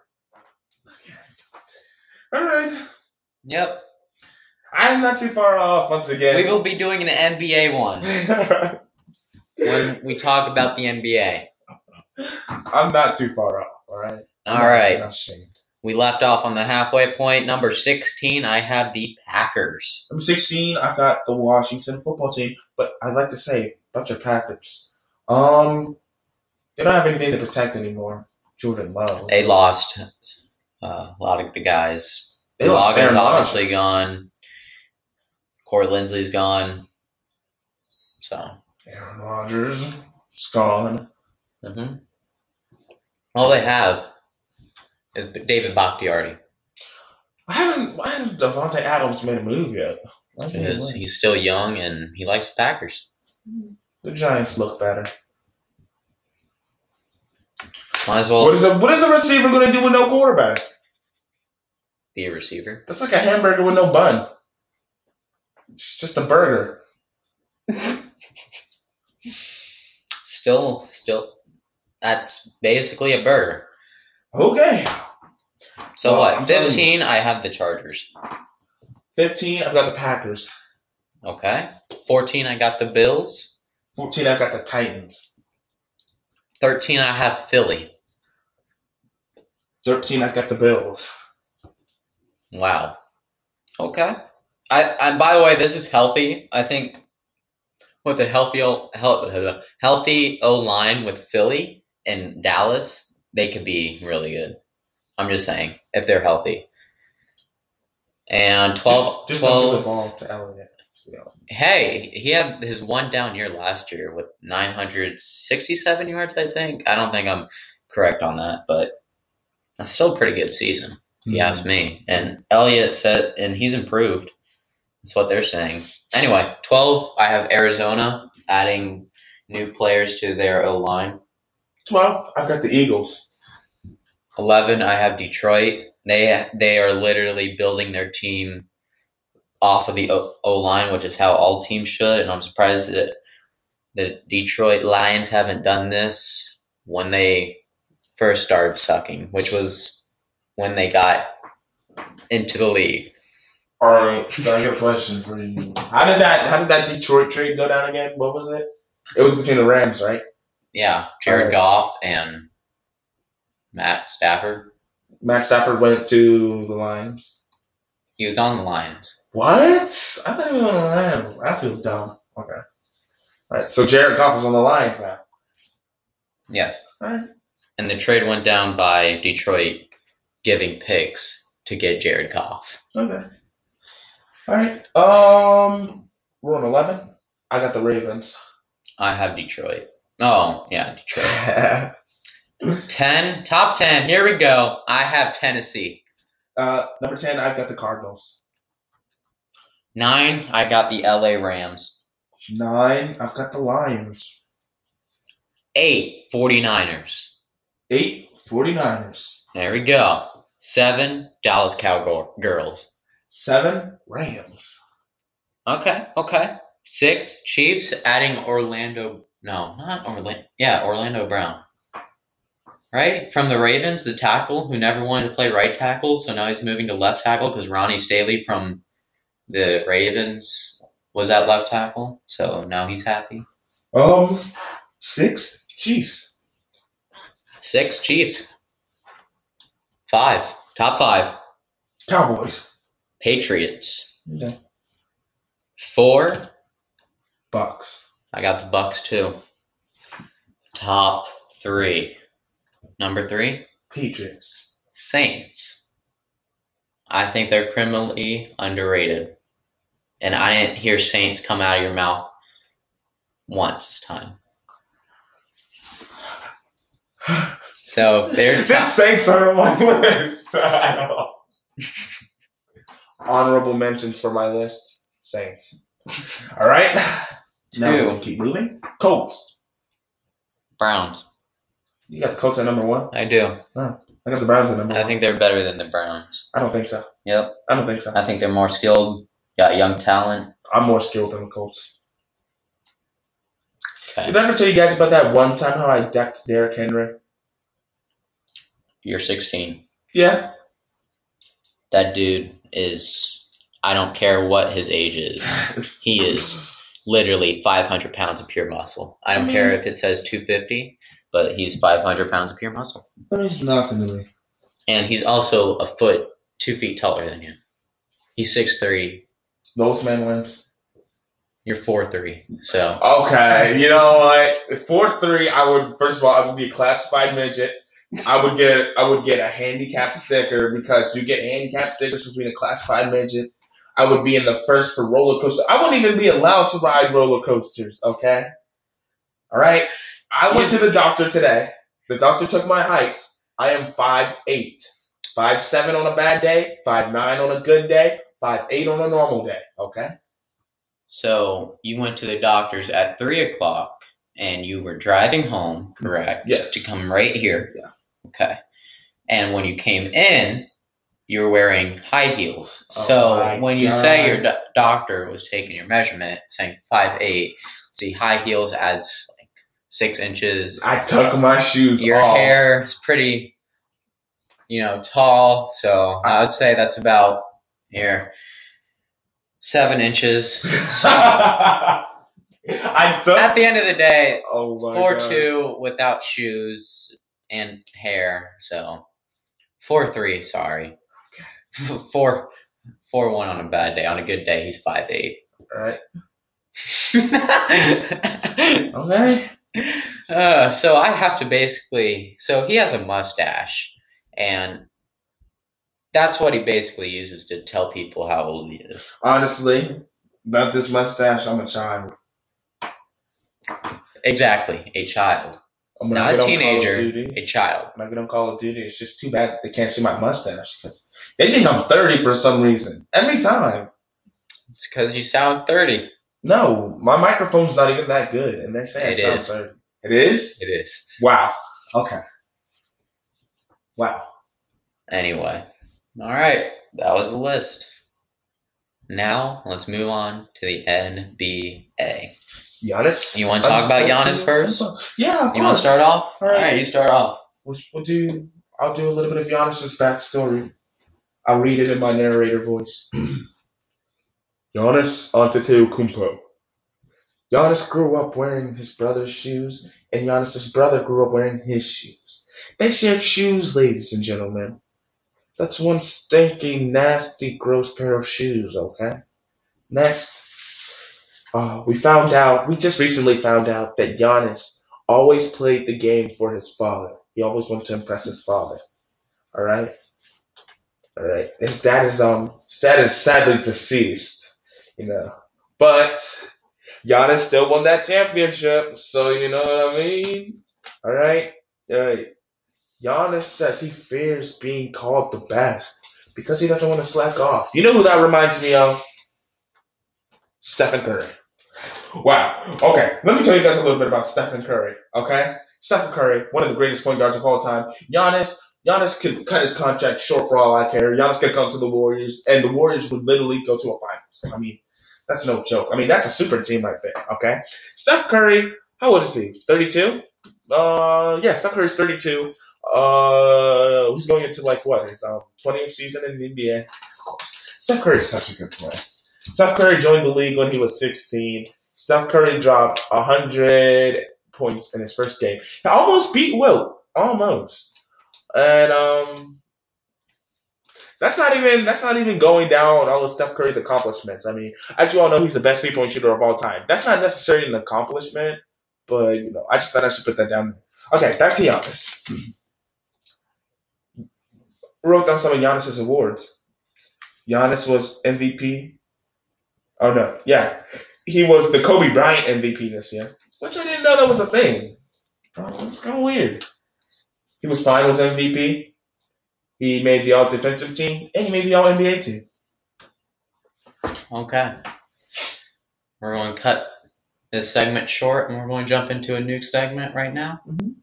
[SPEAKER 2] All right.
[SPEAKER 1] Yep.
[SPEAKER 2] I'm not too far off once
[SPEAKER 1] We
[SPEAKER 2] again.
[SPEAKER 1] will be doing an NBA one when we talk about the NBA.
[SPEAKER 2] [LAUGHS] I'm not too far off. All right. I'm
[SPEAKER 1] All
[SPEAKER 2] not-
[SPEAKER 1] right.
[SPEAKER 2] I'm not ashamed.
[SPEAKER 1] We left off on the halfway point. Number 16, I have the Packers.
[SPEAKER 2] I'm 16. I've got the Washington football team, but I'd like to say bunch of Packers. Um, they don't have anything to protect anymore. Jordan Love.
[SPEAKER 1] They lost uh, a lot of the guys.
[SPEAKER 2] They
[SPEAKER 1] Laga's
[SPEAKER 2] lost Aaron Rodgers.
[SPEAKER 1] obviously gone. Corey Lindsley's gone. So,
[SPEAKER 2] Aaron Rodgers is gone.
[SPEAKER 1] mhm. all they have is David Bakhtiardi.
[SPEAKER 2] Why haven't why hasn't Devontae Adams made a move yet? Why isn't he
[SPEAKER 1] Because
[SPEAKER 2] winning?
[SPEAKER 1] he's still young and he likes the Packers.
[SPEAKER 2] the Giants look better.
[SPEAKER 1] Might as well
[SPEAKER 2] what is a what is a receiver gonna do with no quarterback?
[SPEAKER 1] be a receiver.
[SPEAKER 2] That's like a hamburger with no bun. It's just a burger.
[SPEAKER 1] Still, still, that's basically a burger.
[SPEAKER 2] Okay.
[SPEAKER 1] So
[SPEAKER 2] Well,
[SPEAKER 1] what?
[SPEAKER 2] I'm telling you.
[SPEAKER 1] Fifteen. I have the Chargers.
[SPEAKER 2] Fifteen, I've got the Packers.
[SPEAKER 1] Okay. Fourteen. I got the Bills.
[SPEAKER 2] Fourteen, I've got the Titans.
[SPEAKER 1] Thirteen. I have Philly.
[SPEAKER 2] Thirteen, I've got the Bills.
[SPEAKER 1] Wow. Okay. I. I by the way, this is healthy. I think with a healthy O- hel- healthy O line with Philly and Dallas, they could be really good. I'm just saying if they're healthy. And 12,
[SPEAKER 2] Just, just
[SPEAKER 1] 12
[SPEAKER 2] don't give the ball to Elliott. You know.
[SPEAKER 1] Hey, he had his one down year last year with 967 yards, I think. I don't think I'm correct on that, but that's still a pretty good season, if you
[SPEAKER 2] hmm.
[SPEAKER 1] ask me. And Elliott said, and he's improved. That's what they're saying. Anyway, 12, I have Arizona adding new players to their O line.
[SPEAKER 2] Twelve, I've got the Eagles.
[SPEAKER 1] 11, I have Detroit. They, they are literally building their team off of the O line, which is how all teams should. And I'm surprised that the Detroit Lions haven't done this when they first started sucking, which was when they got into the league.
[SPEAKER 2] Alright, so I got a question for you. How did that how did that Detroit trade go down again? What was it? It was between the Rams, right?
[SPEAKER 1] Yeah, Jared
[SPEAKER 2] Right.
[SPEAKER 1] Goff and Matt Stafford.
[SPEAKER 2] Matt Stafford went to the Lions.
[SPEAKER 1] He was on the Lions.
[SPEAKER 2] What? I thought he was on the Rams. I feel dumb. Okay. Alright, so Jared Goff was on the Lions now.
[SPEAKER 1] Yes.
[SPEAKER 2] Alright.
[SPEAKER 1] And the trade went down by Detroit giving picks to get Jared Goff.
[SPEAKER 2] Okay. Alright. Um we're on eleven. I got the [LAUGHS] Ravens.
[SPEAKER 1] I have Detroit. Oh, yeah.
[SPEAKER 2] uh
[SPEAKER 1] Ten, top ten. Here we go. I have Tennessee.
[SPEAKER 2] Uh, number ten, I've got the Cardinals.
[SPEAKER 1] Nine, I got the LA Rams.
[SPEAKER 2] Nine, I've got the Lions.
[SPEAKER 1] Eight, 49ers.
[SPEAKER 2] Eight, 49ers.
[SPEAKER 1] There we go. Seven, Dallas Cowgirls.
[SPEAKER 2] Seven, Rams.
[SPEAKER 1] Okay, okay. Six, Chiefs adding Orlando. No, not Orlando. Yeah, Orlando Brown. Right? From the Ravens, the tackle who never wanted to play right tackle, so now he's moving to left tackle because Ronnie Staley from the Ravens was at left tackle, so now he's happy.
[SPEAKER 2] Um, six, Chiefs.
[SPEAKER 1] Six, Chiefs. Five, top five,
[SPEAKER 2] Cowboys.
[SPEAKER 1] Patriots.
[SPEAKER 2] Okay.
[SPEAKER 1] Four,
[SPEAKER 2] Bucks.
[SPEAKER 1] I got the Bucks too. Top three. Number three,
[SPEAKER 2] Patriots.
[SPEAKER 1] Saints. I think they're criminally underrated. And I didn't hear Saints come out of your mouth once this time. So if they're
[SPEAKER 2] [LAUGHS]
[SPEAKER 1] top-
[SPEAKER 2] Just Saints are on my list at all. Honorable mentions for my list: Saints. All right. Now we
[SPEAKER 1] Two.
[SPEAKER 2] can keep moving. Colts.
[SPEAKER 1] Browns.
[SPEAKER 2] You got the Colts at number one.
[SPEAKER 1] I do.
[SPEAKER 2] I got the Browns at number
[SPEAKER 1] I
[SPEAKER 2] one.
[SPEAKER 1] think they're better than the Browns.
[SPEAKER 2] I don't think so.
[SPEAKER 1] Yep.
[SPEAKER 2] I don't think so.
[SPEAKER 1] I think they're more skilled. Got young talent.
[SPEAKER 2] I'm more skilled than the Colts.
[SPEAKER 1] Okay.
[SPEAKER 2] Did I ever tell you guys about that one time how I decked Derrick Henry?
[SPEAKER 1] You're 16.
[SPEAKER 2] Yeah.
[SPEAKER 1] That dude is. I don't care what his age is. He is literally 500 pounds of pure muscle. I don't care if it says 250, but he's 500 pounds of pure muscle,
[SPEAKER 2] That means nothing to me.
[SPEAKER 1] and he's also a foot, two feet taller than you. He's 6'3".
[SPEAKER 2] Lowest man wins.
[SPEAKER 1] You're 4'3". So
[SPEAKER 2] Okay, you know what? Four three. I would first of all, I would be a classified midget. I would get I would get a handicap sticker because you get handicap stickers for being a classified midget. I would be in the first for roller coaster. I wouldn't even be allowed to ride roller coasters. Okay, all right. I went to the doctor today. The doctor took my height. I am five eight, five seven on a bad day, five nine on a good day, five eight on a normal day. Okay.
[SPEAKER 1] so you went to the doctor's at three o'clock, and you were driving home, correct?
[SPEAKER 2] Yes.
[SPEAKER 1] To come right here.
[SPEAKER 2] Yeah.
[SPEAKER 1] Okay. And when you came in, you were wearing high heels.
[SPEAKER 2] Oh my
[SPEAKER 1] so when you say
[SPEAKER 2] God.
[SPEAKER 1] your do- doctor was taking your measurement, saying five eight, see high heels adds like six inches.
[SPEAKER 2] I took my shoes
[SPEAKER 1] Your
[SPEAKER 2] off.
[SPEAKER 1] hair is pretty, you know, tall. So I would say that's about here seven inches.
[SPEAKER 2] [LAUGHS]
[SPEAKER 1] So
[SPEAKER 2] [LAUGHS] I took.
[SPEAKER 1] at the end of the day,
[SPEAKER 2] oh my
[SPEAKER 1] four
[SPEAKER 2] God.
[SPEAKER 1] two without shoes and hair. So four three. Sorry, [LAUGHS] four four one on a bad day. On a good day, he's five eight. [LAUGHS]
[SPEAKER 2] All right. Okay.
[SPEAKER 1] uh, so I have to basically. So he has a mustache, and that's what he basically uses to tell people how old he is.
[SPEAKER 2] Honestly, without this mustache, I'm a child.
[SPEAKER 1] Exactly, a child,
[SPEAKER 2] I'm
[SPEAKER 1] Not a teenager.
[SPEAKER 2] Call of Duty,
[SPEAKER 1] a child.
[SPEAKER 2] when I get on Call of Duty, it's just too bad that they can't see my mustache. 'cause They think I'm 30 for some reason. Every time.
[SPEAKER 1] It's because you sound thirty.
[SPEAKER 2] No, my microphone's not even that good, and they say I
[SPEAKER 1] It
[SPEAKER 2] sound
[SPEAKER 1] is.
[SPEAKER 2] 30. It is?
[SPEAKER 1] It is
[SPEAKER 2] Wow. Okay. Wow.
[SPEAKER 1] anyway. All right, that was the list. Now let's move on to the NBA.
[SPEAKER 2] Giannis.
[SPEAKER 1] You wanna talk about Giannis first?
[SPEAKER 2] Yeah, of
[SPEAKER 1] You want
[SPEAKER 2] course.
[SPEAKER 1] to start off?
[SPEAKER 2] All right.
[SPEAKER 1] All right, you start off.
[SPEAKER 2] We'll, we'll do. I'll do a little bit of Giannis's backstory. I'll read it in my narrator voice. [CLEARS THROAT] Giannis Antetokounmpo. Giannis grew up wearing his brother's shoes, and Giannis's brother grew up wearing his shoes. They shared shoes, ladies and gentlemen. That's one stinky, nasty, gross pair of shoes. Okay. Next, uh, we found out. We just recently found out that Giannis always played the game for his father. He always wanted to impress his father. All right. All right. His dad is um. His dad is sadly deceased. You know, but Giannis still won that championship. So you know what I mean. All right. All right. Giannis says he fears being called the best because he doesn't want to slack off. You know who that reminds me of? Stephen Curry. Wow. Okay, let me tell you guys a little bit about Stephen Curry. Okay, Stephen Curry, one of the greatest point guards of all time. Giannis, Giannis could cut his contract short for all I care. Giannis could come to the Warriors, and the Warriors would literally go to a finals. I mean, that's no joke. I mean, that's a super team right there. Okay, Steph Curry, how old is he? Thirty-two. Uh, yeah, Steph Curry's thirty-two. Uh, he's going into like what his um twentieth season in the NBA. Of course, Steph Curry's such a good player. Steph Curry joined the league when he was sixteen. Steph Curry dropped 100 points in his first game. He almost beat Wilt. Almost. And um that's not even that's not even going down on all of Steph Curry's accomplishments. I mean, as you all know, he's the best three-point shooter of all time. That's not necessarily an accomplishment, but you know, I just thought I should put that down. Okay, back to Giannis. [CLEARS THROAT] Wrote down some of Giannis's awards. Giannis was MVP. Oh no, yeah, he was the Kobe Bryant MVP this year, which I didn't know that was a thing. Bro, It's kind of weird. He was Finals MVP. He made the All Defensive Team, and he made the All NBA Team.
[SPEAKER 1] Okay. We're going to cut this segment short and we're going to jump into a new segment right now.
[SPEAKER 2] Mhm.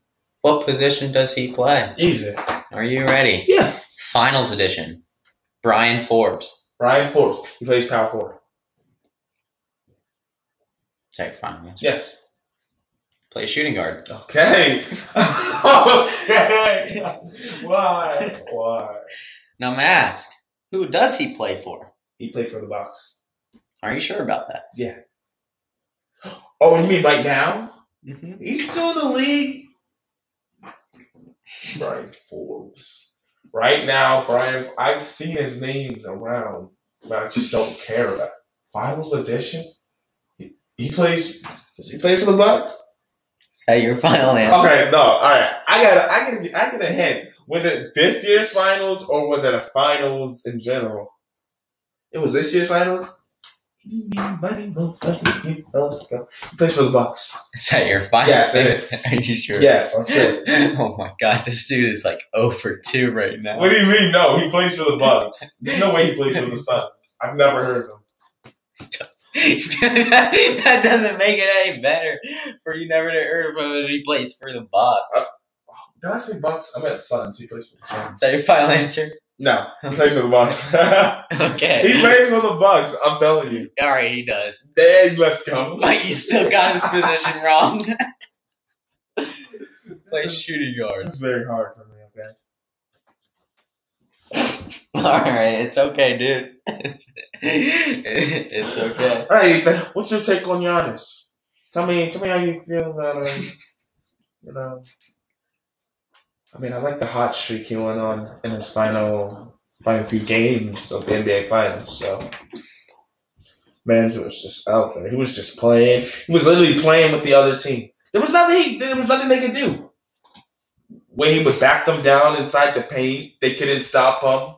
[SPEAKER 1] What position does he play?
[SPEAKER 2] Easy.
[SPEAKER 1] Are you ready?
[SPEAKER 2] Yeah.
[SPEAKER 1] Finals edition. Brian Forbes.
[SPEAKER 2] Ryan Forbes. He plays power forward.
[SPEAKER 1] Take finals.
[SPEAKER 2] Yes.
[SPEAKER 1] Play shooting guard.
[SPEAKER 2] Okay. [LAUGHS] okay. Why? Why?
[SPEAKER 1] Now, I'm gonna ask, who does he play for?
[SPEAKER 2] He played for the Bucks.
[SPEAKER 1] Are you sure about that?
[SPEAKER 2] Oh, you mean right now?
[SPEAKER 1] Mm-hmm.
[SPEAKER 2] He's still in the league. Brian Forbes. Right now, Brian. I've seen his name around, but I just don't care about. It. Finals edition. He, he plays. Does he play for the Bucks?
[SPEAKER 1] Is that your
[SPEAKER 2] Oh,
[SPEAKER 1] final answer?
[SPEAKER 2] Okay, no, all right. I got, I can, I get a hint. Was it this year's finals or was it a finals in general? It was this year's finals. He plays for the Bucks.
[SPEAKER 1] Is that your final
[SPEAKER 2] Yes, it
[SPEAKER 1] answer?
[SPEAKER 2] is.
[SPEAKER 1] [LAUGHS] Are you sure?
[SPEAKER 2] Yes, I'm sure.
[SPEAKER 1] [LAUGHS] oh my god, this dude is like 0 for 2 right now.
[SPEAKER 2] What do you mean? No, he plays for the Bucks. There's no way he plays for the Suns. I've never heard of him.
[SPEAKER 1] [LAUGHS] that doesn't make it any better for you never to heard of him. He plays for the Bucks.
[SPEAKER 2] Did I say Bucks? I meant Suns. He plays for the Suns.
[SPEAKER 1] Is that your final answer? [LAUGHS]
[SPEAKER 2] No, he plays for the Bucks. [LAUGHS]
[SPEAKER 1] Okay.
[SPEAKER 2] he plays for the Bucks. I'm telling you.
[SPEAKER 1] All right, he does.
[SPEAKER 2] Dang, let's go.
[SPEAKER 1] But you still got his position wrong. [LAUGHS]
[SPEAKER 2] [LAUGHS]
[SPEAKER 1] Play
[SPEAKER 2] This is-
[SPEAKER 1] shooting guards.
[SPEAKER 2] It's very hard for me. Okay.
[SPEAKER 1] All right, it's okay, dude. [LAUGHS] it's okay.
[SPEAKER 2] All right, Ethan. What's your take on Giannis? Tell me, tell me how you feel about him. You know, I mean, I like the hot streak he went on in his final, final few games of the NBA Finals. So, man, he was just out there. He was just playing. He was literally playing with the other team. There was nothing. He, there was nothing they could do. When he would back them down inside the paint, they couldn't stop him.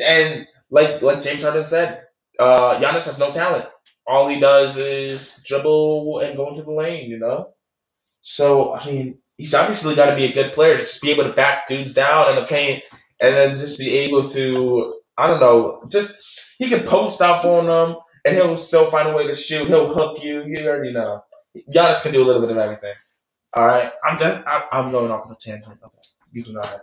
[SPEAKER 2] And like like James Harden said, uh, Giannis has no talent. All he does is dribble and go into the lane, you know? So, I mean, he's obviously got to be a good player to just be able to back dudes down in the paint and then just be able to, I don't know, just he can post up on them and he'll still find a way to shoot. He'll hook you. You already know. Giannis can do a little bit of everything. All right. I'm just, I, I'm going off on a tangent. Okay. You can go ahead.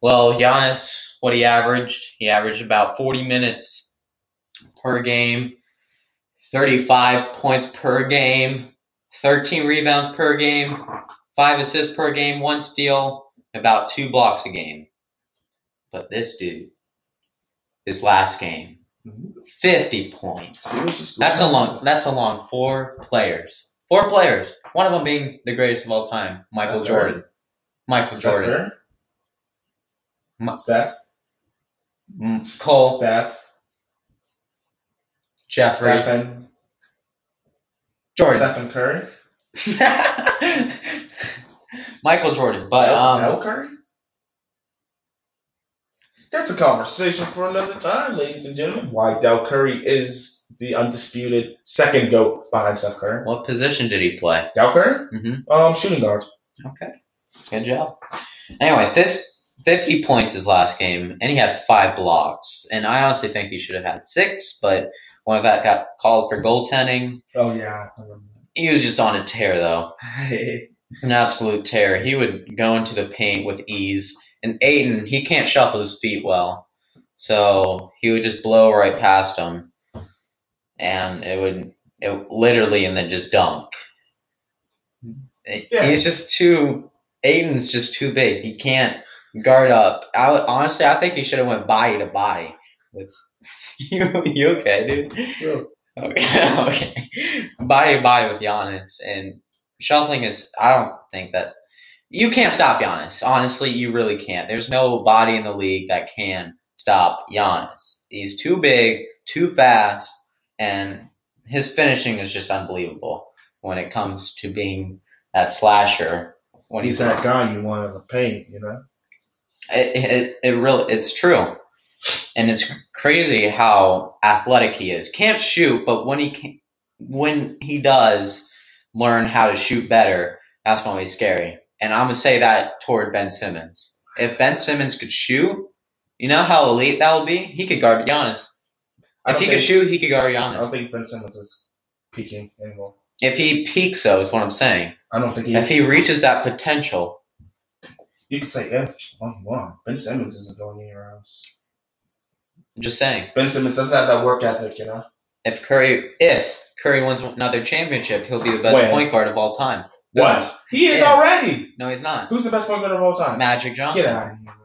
[SPEAKER 1] Well, Giannis, what he averaged, he averaged about 40 minutes per game, 35 points per game, 13 rebounds per game, 5 assists per game, 1 steal, and about 2 blocks a game. But this dude, his last game, 50 points.
[SPEAKER 2] He was just-
[SPEAKER 1] That's a long that's a long four players. Four players. One of them being the greatest of all time, Michael
[SPEAKER 2] Steph Curry.
[SPEAKER 1] Jordan. Michael
[SPEAKER 2] Steph
[SPEAKER 1] Jordan.
[SPEAKER 2] Curry?
[SPEAKER 1] Ma-
[SPEAKER 2] Steph?
[SPEAKER 1] Mm, Cole,
[SPEAKER 2] Steph?
[SPEAKER 1] Jeffrey,
[SPEAKER 2] Stephen?
[SPEAKER 1] Jordan.
[SPEAKER 2] Stephen Curry.
[SPEAKER 1] [LAUGHS] Michael Jordan, but
[SPEAKER 2] Del-
[SPEAKER 1] um,
[SPEAKER 2] Del Curry. That's a conversation for another time, ladies and gentlemen. Why Del Curry is the undisputed second goat behind Steph Curry.
[SPEAKER 1] what position did he play?
[SPEAKER 2] Del Curry,
[SPEAKER 1] hmm
[SPEAKER 2] um, shooting guard.
[SPEAKER 1] Okay, good job. Anyway, fif- fifty points his last game, and he had five blocks. And I honestly think he should have had six, but one of that got called for goaltending. [LAUGHS]
[SPEAKER 2] Oh yeah.
[SPEAKER 1] He was just on a tear, though. an absolute tear. He would go into the paint with ease. And Aiden, he can't shuffle his feet well. So he would just blow right past him. And it would it literally and then just dunk.
[SPEAKER 2] Yeah.
[SPEAKER 1] He's just too Aiden's just too big. He can't guard up. I would- honestly I think he should have went body to body with [LAUGHS] you you okay, dude? Okay. [LAUGHS] okay. Body to body with Giannis and shuffling is I don't think that you can't stop Giannis. Honestly, you really can't. There's no body in the league that can stop Giannis. He's too big, too fast, and his finishing is just unbelievable when it comes to being that slasher when he's,
[SPEAKER 2] He's uh, that guy you want in the paint, you know.
[SPEAKER 1] it, it, it really it's true and it's crazy how athletic he is can't shoot but when he can, when he does learn how to shoot better that's going to be scary and I'm gonna say that toward Ben Simmons. If Ben Simmons could shoot, you know how elite that would be. He could guard Giannis.
[SPEAKER 2] I
[SPEAKER 1] If
[SPEAKER 2] don't
[SPEAKER 1] he
[SPEAKER 2] think,
[SPEAKER 1] could shoot, he could guard
[SPEAKER 2] I don't
[SPEAKER 1] Giannis.
[SPEAKER 2] think Ben Simmons is peaking anymore.
[SPEAKER 1] If he peaks, though, is what I'm saying.
[SPEAKER 2] I don't think he.
[SPEAKER 1] If
[SPEAKER 2] is.
[SPEAKER 1] he reaches that potential,
[SPEAKER 2] you could say if one one. Ben Simmons isn't going anywhere else.
[SPEAKER 1] I'm just saying.
[SPEAKER 2] Ben Simmons doesn't have that work ethic, you know.
[SPEAKER 1] If Curry, if Curry wins another championship, he'll be the best
[SPEAKER 2] When?
[SPEAKER 1] point guard of all time.
[SPEAKER 2] What? He is
[SPEAKER 1] Yeah.
[SPEAKER 2] already.
[SPEAKER 1] No, he's not.
[SPEAKER 2] Who's the best point guard of all time?
[SPEAKER 1] Magic
[SPEAKER 2] Get
[SPEAKER 1] Johnson.
[SPEAKER 2] out of here. man.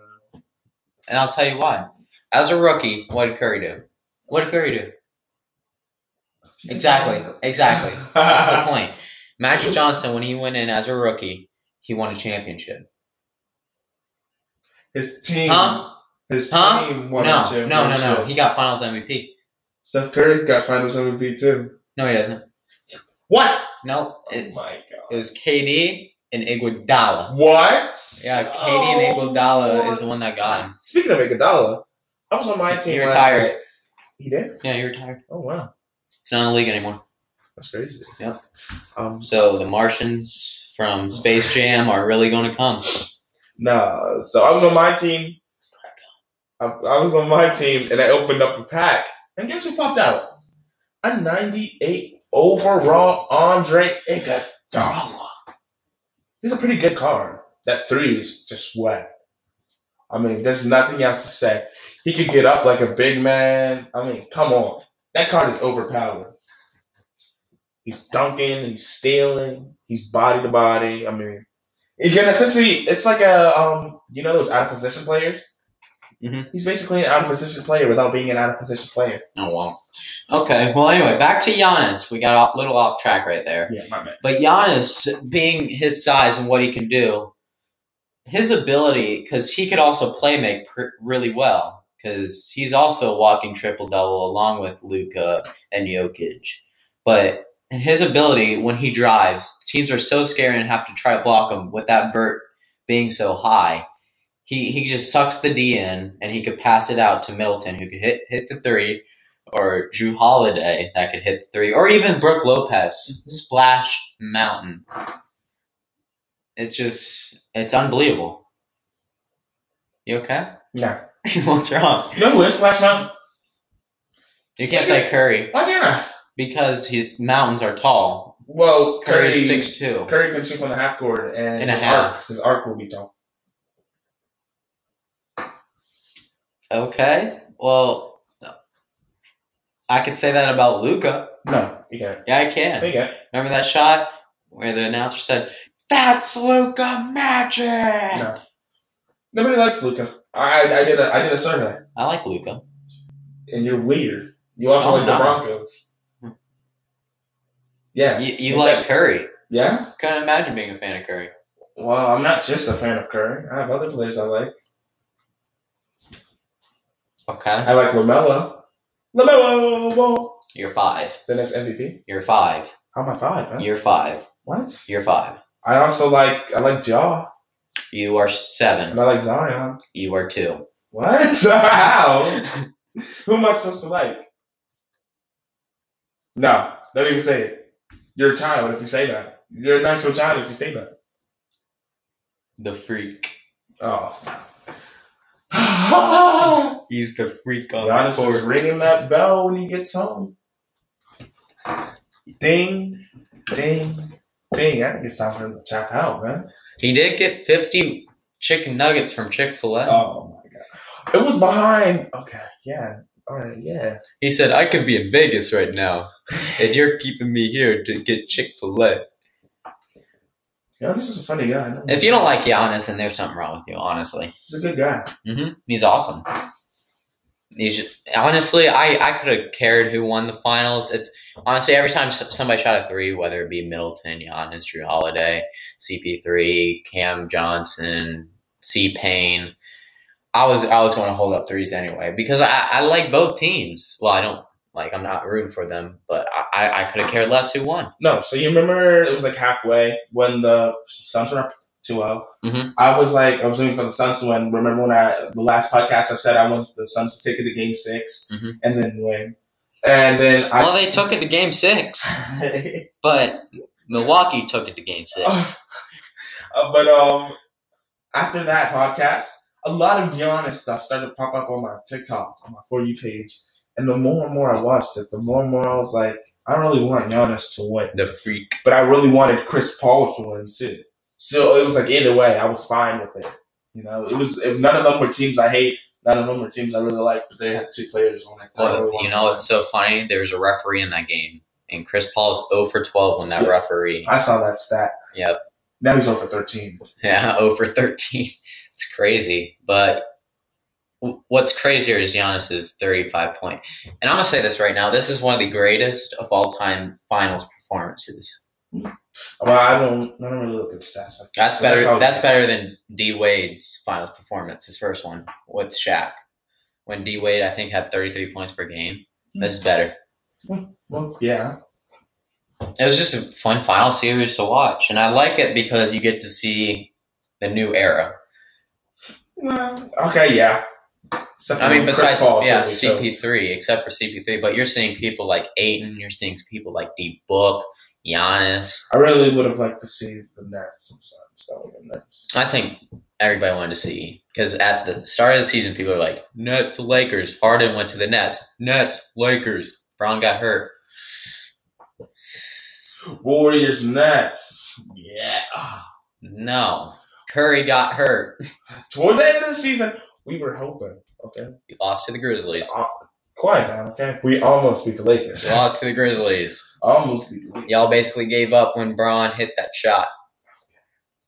[SPEAKER 1] And I'll tell you why. As a rookie, what did Curry do? What did Curry do? Exactly. Exactly. That's the point. Magic Johnson, when he went in as a rookie, he won a championship.
[SPEAKER 2] [LAUGHS] His team.
[SPEAKER 1] Huh?
[SPEAKER 2] His
[SPEAKER 1] Huh?
[SPEAKER 2] team
[SPEAKER 1] No,
[SPEAKER 2] won a
[SPEAKER 1] no,
[SPEAKER 2] championship.
[SPEAKER 1] no, no. He got Finals MVP.
[SPEAKER 2] Steph Curry's got Finals MVP too.
[SPEAKER 1] No, he doesn't. What? No,
[SPEAKER 2] oh
[SPEAKER 1] it,
[SPEAKER 2] my
[SPEAKER 1] it
[SPEAKER 2] god.
[SPEAKER 1] was KD and Iguodala.
[SPEAKER 2] What?
[SPEAKER 1] Yeah, KD and
[SPEAKER 2] Oh,
[SPEAKER 1] Iguodala is
[SPEAKER 2] Lord.
[SPEAKER 1] the one that got him.
[SPEAKER 2] Speaking of Iguodala, I was on my
[SPEAKER 1] He
[SPEAKER 2] team. last
[SPEAKER 1] retired.
[SPEAKER 2] night. He did.
[SPEAKER 1] Yeah, he retired.
[SPEAKER 2] Oh wow,
[SPEAKER 1] He's not in the league anymore.
[SPEAKER 2] that's crazy.
[SPEAKER 1] Yep.
[SPEAKER 2] Um.
[SPEAKER 1] So the Martians from Space Jam are really going to come.
[SPEAKER 2] Nah. So I was on my team. I, I was on my team, and I opened up a pack, and guess who popped out? A 98 overall Andre Iguodala. He's a pretty good card. That three is just wet. I mean, there's nothing else to say. He could get up like a big man. I mean, come on. That card is overpowered. He's dunking, he's stealing, he's body to body. I mean, you can essentially, it's like a, um, you know, those out of position players?
[SPEAKER 1] Mhm.
[SPEAKER 2] He's basically an out of position player without being an out of position player.
[SPEAKER 1] Oh, wow. Okay, well, anyway, back to Giannis. We got a little off track right there.
[SPEAKER 2] Yeah, my man.
[SPEAKER 1] But Giannis, being his size and what he can do, his ability, because he could also play make pr- really well, because he's also a walking triple double along with Luca and Jokic. But his ability when he drives, teams are so scared and have to try to block him with that vert being so high. He he just sucks the D in and he could pass it out to Middleton, who could hit hit the three, or Drew Holiday that could hit the three, or even Brooke Lopez
[SPEAKER 2] Mhm.
[SPEAKER 1] splash mountain. It's just it's unbelievable. You okay?
[SPEAKER 2] No.
[SPEAKER 1] [LAUGHS] What's wrong?
[SPEAKER 2] No, who is Splash Mountain?
[SPEAKER 1] You can't say Curry
[SPEAKER 2] Why can't I?
[SPEAKER 1] because he, mountains are tall.
[SPEAKER 2] Well, Curry,
[SPEAKER 1] Curry's six two.
[SPEAKER 2] Curry can shoot from the half court, and,
[SPEAKER 1] And a
[SPEAKER 2] his
[SPEAKER 1] half.
[SPEAKER 2] arc, his arc will be tall.
[SPEAKER 1] Okay. Well, I could say that about Luca.
[SPEAKER 2] No, you can't.
[SPEAKER 1] Yeah, I can.
[SPEAKER 2] You can't.
[SPEAKER 1] Remember that shot where the announcer said, "That's Luca Magic."
[SPEAKER 2] No. Nobody likes Luca. I, I I did a I did a survey,
[SPEAKER 1] I like Luca.
[SPEAKER 2] and you're weird. You also
[SPEAKER 1] Oh,
[SPEAKER 2] like the
[SPEAKER 1] no.
[SPEAKER 2] Broncos. Yeah.
[SPEAKER 1] You, you like Curry.
[SPEAKER 2] Yeah.
[SPEAKER 1] Couldn't imagine being a fan of Curry.
[SPEAKER 2] Well, I'm not just a fan of Curry. I have other players I like.
[SPEAKER 1] Okay.
[SPEAKER 2] I like Lamelo. Lamelo Ball,
[SPEAKER 1] You're five.
[SPEAKER 2] the next MVP.
[SPEAKER 1] You're five.
[SPEAKER 2] How am I five? Huh?
[SPEAKER 1] You're five.
[SPEAKER 2] What?
[SPEAKER 1] You're five.
[SPEAKER 2] I also like I like Jaw
[SPEAKER 1] You are
[SPEAKER 2] and
[SPEAKER 1] seven.
[SPEAKER 2] I like Zion.
[SPEAKER 1] You are two.
[SPEAKER 2] What? [LAUGHS] How? Who am I supposed to like? No, don't even say it. You're a child if you say that. You're an actual child if you say that.
[SPEAKER 1] The freak.
[SPEAKER 2] [SIGHS] Oh.
[SPEAKER 1] He's the freak on the
[SPEAKER 2] Giannis is
[SPEAKER 1] court.
[SPEAKER 2] ringing that bell when he gets home. Ding, ding, ding. I think it's time for him to tap out, man.
[SPEAKER 1] He did get fifty chicken nuggets from Chick Fil A.
[SPEAKER 2] Oh my god. It was behind. Okay, yeah. All right, yeah.
[SPEAKER 1] He said, I could be in Vegas right now, and you're keeping me here to get Chick fil [LAUGHS] A.
[SPEAKER 2] Yeah, this is a funny guy. I know.
[SPEAKER 1] If you don't like Giannis, then there's something wrong with you, honestly.
[SPEAKER 2] he's a good guy.
[SPEAKER 1] hmm He's awesome. He's just, honestly, I, I could have cared who won the finals. If Honestly, every time s- somebody shot a three, whether it be Middleton, Giannis, Drew Holiday, CP3, Cam Johnson, C Payne, I was I was going to hold up threes anyway because I, I like both teams. Well, I don't like I'm not rooting for them, but I, I, I could have cared less who won.
[SPEAKER 2] No, so you remember it was like halfway when the Suns were up 2 0.
[SPEAKER 1] Mhm.
[SPEAKER 2] I was like, I was rooting for the Suns to win. Remember when I, the last podcast, I said I want the Suns to take it to game 6
[SPEAKER 1] Mhm.
[SPEAKER 2] and then win. And then I.
[SPEAKER 1] Well, they
[SPEAKER 2] [LAUGHS]
[SPEAKER 1] took it to game six, but Milwaukee took it to game six.
[SPEAKER 2] Oh, Uh, but um, after that podcast, a lot of Giannis stuff started to pop up on my TikTok, on my For You page. And the more and more I watched it, the more and more I was like, I don't really want Giannis to win.
[SPEAKER 1] The freak.
[SPEAKER 2] But I really wanted Chris Paul to win too. So it was like, either way, I was fine with it. You know, it was, if none of them were teams I hate, none of them were teams I really like, but they had two players on it. that I really
[SPEAKER 1] Well, you
[SPEAKER 2] wanted
[SPEAKER 1] know,
[SPEAKER 2] to
[SPEAKER 1] it's so funny. There was a referee in that game, and Chris Paul is 0 for 12 when that
[SPEAKER 2] Yeah.
[SPEAKER 1] referee.
[SPEAKER 2] win. I saw that stat.
[SPEAKER 1] Yep.
[SPEAKER 2] Now he's over 13.
[SPEAKER 1] Yeah, [LAUGHS] 0 for 13. It's crazy. But w- what's crazier is Giannis's 35 point. And I'm going to say this right now. This is one of the greatest of all time finals performances.
[SPEAKER 2] Well, I don't, I don't really look at stats like that.
[SPEAKER 1] That's
[SPEAKER 2] So
[SPEAKER 1] better
[SPEAKER 2] all-
[SPEAKER 1] That's better than D Wade's finals performance, his first one with Shaq. When D Wade, I think, had 33 points per game. This is better.
[SPEAKER 2] Well, yeah.
[SPEAKER 1] it was just a fun final series to watch, and I like it because you get to see the new era.
[SPEAKER 2] Well, okay, yeah. Except
[SPEAKER 1] I
[SPEAKER 2] for
[SPEAKER 1] mean,
[SPEAKER 2] Mm, Chris
[SPEAKER 1] besides
[SPEAKER 2] Paul,
[SPEAKER 1] yeah,
[SPEAKER 2] too, so-
[SPEAKER 1] CP3, except for CP3, but you're seeing people like Aiton, you're seeing people like D Book, Giannis.
[SPEAKER 2] I really would have liked to see the Nets sometimes. That would have been nice.
[SPEAKER 1] I think everybody wanted to see because at the start of the season, people were like Nets, Lakers. Harden went to the Nets. Nets, Lakers. Brown got hurt.
[SPEAKER 2] Warriors Nets. Yeah.
[SPEAKER 1] No, Curry got hurt.
[SPEAKER 2] Toward the end of the season, we were hoping. Okay.
[SPEAKER 1] He lost to the Grizzlies.
[SPEAKER 2] Quiet down, okay? We almost beat the Lakers.
[SPEAKER 1] He lost to the Grizzlies.
[SPEAKER 2] Almost beat the Lakers.
[SPEAKER 1] Y'all basically gave up when Braun hit that shot.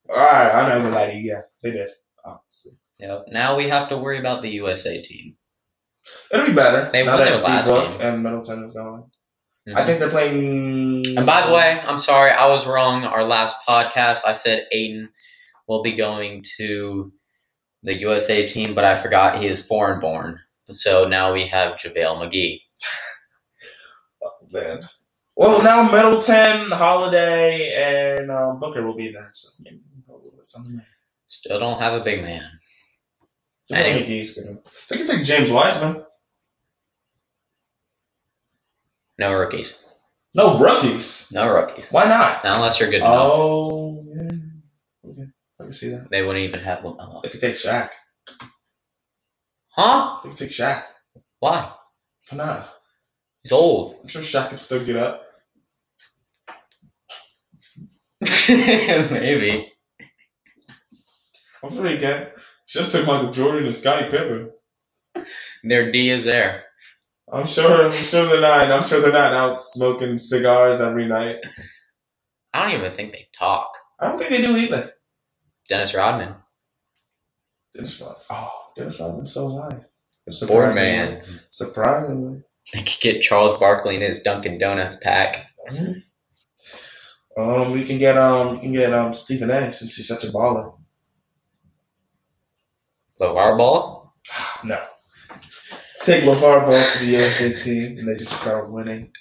[SPEAKER 2] Alright, I know the lady, yeah. They did. Obviously.
[SPEAKER 1] Yep. Now we have to worry about the USA team.
[SPEAKER 2] It'll be better.
[SPEAKER 1] They
[SPEAKER 2] now
[SPEAKER 1] won
[SPEAKER 2] that
[SPEAKER 1] their last
[SPEAKER 2] D-Book
[SPEAKER 1] game. Mm-hmm.
[SPEAKER 2] and Middleton is going. I think they're playing
[SPEAKER 1] And by the way, I'm sorry, I was wrong. Our last podcast, I said Aiden will be going to the USA team, but I forgot he is foreign born. So now we have JaVale McGee.
[SPEAKER 2] Man. Well, now Middleton, Holiday, and uh, Booker will be there. So maybe a little bit something there.
[SPEAKER 1] Still don't have a big man.
[SPEAKER 2] I
[SPEAKER 1] Anyway.
[SPEAKER 2] think he's gonna. They can take James Wiseman.
[SPEAKER 1] No rookies.
[SPEAKER 2] No rookies.
[SPEAKER 1] No rookies.
[SPEAKER 2] Why not?
[SPEAKER 1] Not unless you're good enough.
[SPEAKER 2] Oh, yeah. Okay. I can see that.
[SPEAKER 1] They wouldn't even have LaMelo.
[SPEAKER 2] They could take Shaq.
[SPEAKER 1] Huh?
[SPEAKER 2] They could take Shaq.
[SPEAKER 1] Why?
[SPEAKER 2] Why not?
[SPEAKER 1] He's old. [LAUGHS]
[SPEAKER 2] I'm sure Shaq can still get up.
[SPEAKER 1] Maybe.
[SPEAKER 2] I'm sure he can. Just took Michael Jordan and Scottie Pippen.
[SPEAKER 1] Their D is there.
[SPEAKER 2] I'm sure. I'm sure they're not. I'm sure they're not out smoking cigars every night.
[SPEAKER 1] I don't even think they talk.
[SPEAKER 2] I don't think they do either.
[SPEAKER 1] Dennis Rodman.
[SPEAKER 2] Dennis Rodman. Oh, Dennis Rodman's so alive.
[SPEAKER 1] Board
[SPEAKER 2] Surprisingly.
[SPEAKER 1] man.
[SPEAKER 2] Surprisingly.
[SPEAKER 1] They could get Charles Barkley in his Dunkin' Donuts pack.
[SPEAKER 2] Um, we can get um, we can get um, Stephen A. Since he's such a baller.
[SPEAKER 1] LeVar Ball? [LAUGHS]
[SPEAKER 2] No. Take LeVar Ball to the USA team and they just start winning.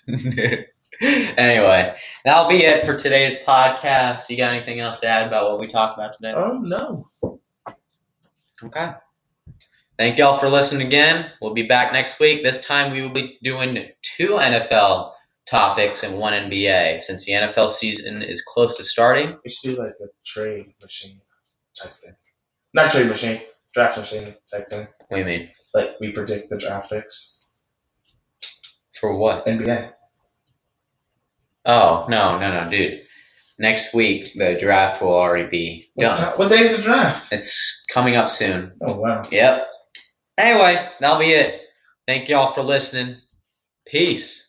[SPEAKER 1] anyway, that'll be it for today's podcast. You got anything else to add about what we talked about today?
[SPEAKER 2] Oh no.
[SPEAKER 1] Okay. Thank y'all for listening again. We'll be back next week. This time we will be doing two NFL topics and one NBA since the NFL season is close to starting.
[SPEAKER 2] We should do like a trade machine type thing. Not trade machine, draft machine type thing.
[SPEAKER 1] What do you mean?
[SPEAKER 2] Like we predict the draft picks.
[SPEAKER 1] For what?
[SPEAKER 2] NBA.
[SPEAKER 1] Oh, no, no, no, dude. Next week, the draft will already be
[SPEAKER 2] What,
[SPEAKER 1] done.
[SPEAKER 2] ti- what day is the draft?
[SPEAKER 1] It's coming up soon.
[SPEAKER 2] Oh wow.
[SPEAKER 1] Yep. Anyway, that'll be it. Thank y'all for listening. Peace.